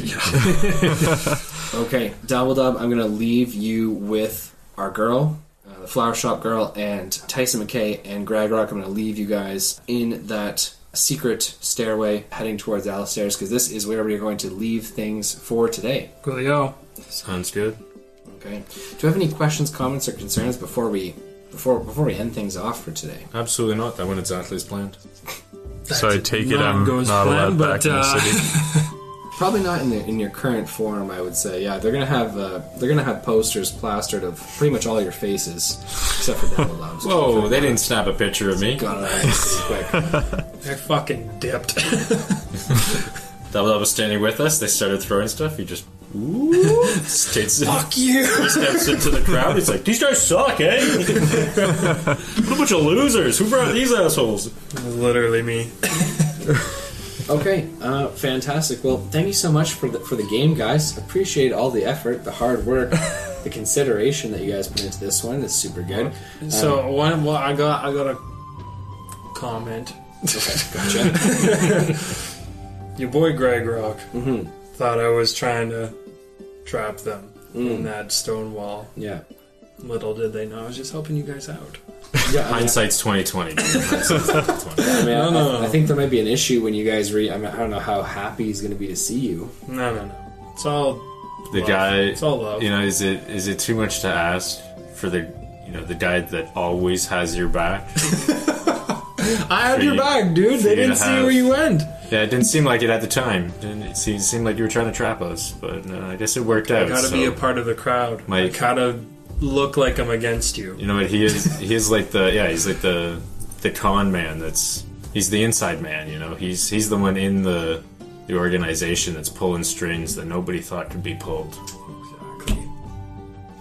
A: Okay, Dabbledub, I'm going to leave you with our girl, uh, the flower shop girl, and Tyson McKay and Gragrock. I'm going to leave you guys in that secret stairway heading towards Alistair's because this is where we are going to leave things for today.
C: Coolio.
B: Sounds good.
A: Okay. Do you have any questions, comments, or concerns before we before before we end things off for today?
B: Absolutely not. That went exactly as planned.
E: so I take it
C: not
E: I'm
C: goes
E: not
C: planned,
E: allowed back
C: but,
E: in
C: uh,
E: the city.
A: Probably not in the, in your current form, I would say. Yeah, they're gonna have uh, they're gonna have posters plastered of pretty much all your faces, except for Donald Lums.
B: Whoa, they didn't snap a picture of me.
A: Got it. Quick.
C: I fucking dipped.
B: Double Double was standing with us. They started throwing stuff. He just states Fuck you! He steps into the crowd. He's like, these guys suck, eh? what a bunch of losers. Who brought these assholes?
E: Literally me.
A: Okay, uh, fantastic. Well, thank you so much for the, for the game, guys. Appreciate all the effort, the hard work, the consideration that you guys put into this one. It's super good.
C: so one, well, I got, I got a comment.
A: Okay, gotcha.
C: Your boy Greg Rock thought I was trying to trap them in that stone wall.
A: Yeah.
C: Little did they know I was just helping you guys out.
A: Yeah, I mean,
B: Hindsight's 2020. dude. Hindsight's 2020.
A: I, mean, I-
C: no, no.
A: I think there might be an issue when you guys read. I, mean, I don't know how happy he's going to be to see you.
C: No, no, no. It's all
B: The
C: love.
B: guy,
C: It's all love.
B: you know, is it is it too much to ask for the, you know, the guy that always has your back?
C: I had
B: for
C: your
B: you-
C: back, dude.
B: for
C: They
B: you to
C: didn't see
B: have-
C: where you went.
B: Yeah, it didn't seem like it at the time. Didn't it seem, seemed like you were trying to trap us, but uh, I guess it worked out.
C: Gotta
B: so-
C: be a part of the crowd.
B: My-
C: I gotta look like I'm against you.
B: You know what? He is. He is like the yeah. He's like the the con man. That's he's the inside man. You know. He's he's the one in the the organization that's pulling strings that nobody thought could be pulled.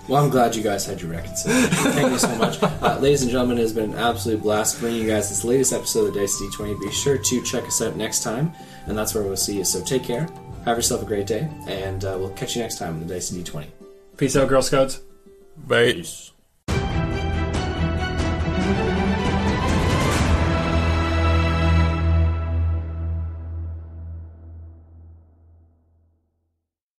A: Well, I'm glad you guys had your reconciliation. Thank you so much. Uh, ladies and gentlemen, it has been an absolute blast bringing you guys this latest episode of Dicey D20. Be sure to check us out next time, and that's where we'll see you. So take care, have yourself a great day, and uh, we'll catch you next time on the Dicey D20.
C: Peace out, Girl Scouts.
E: Bye.
B: Peace.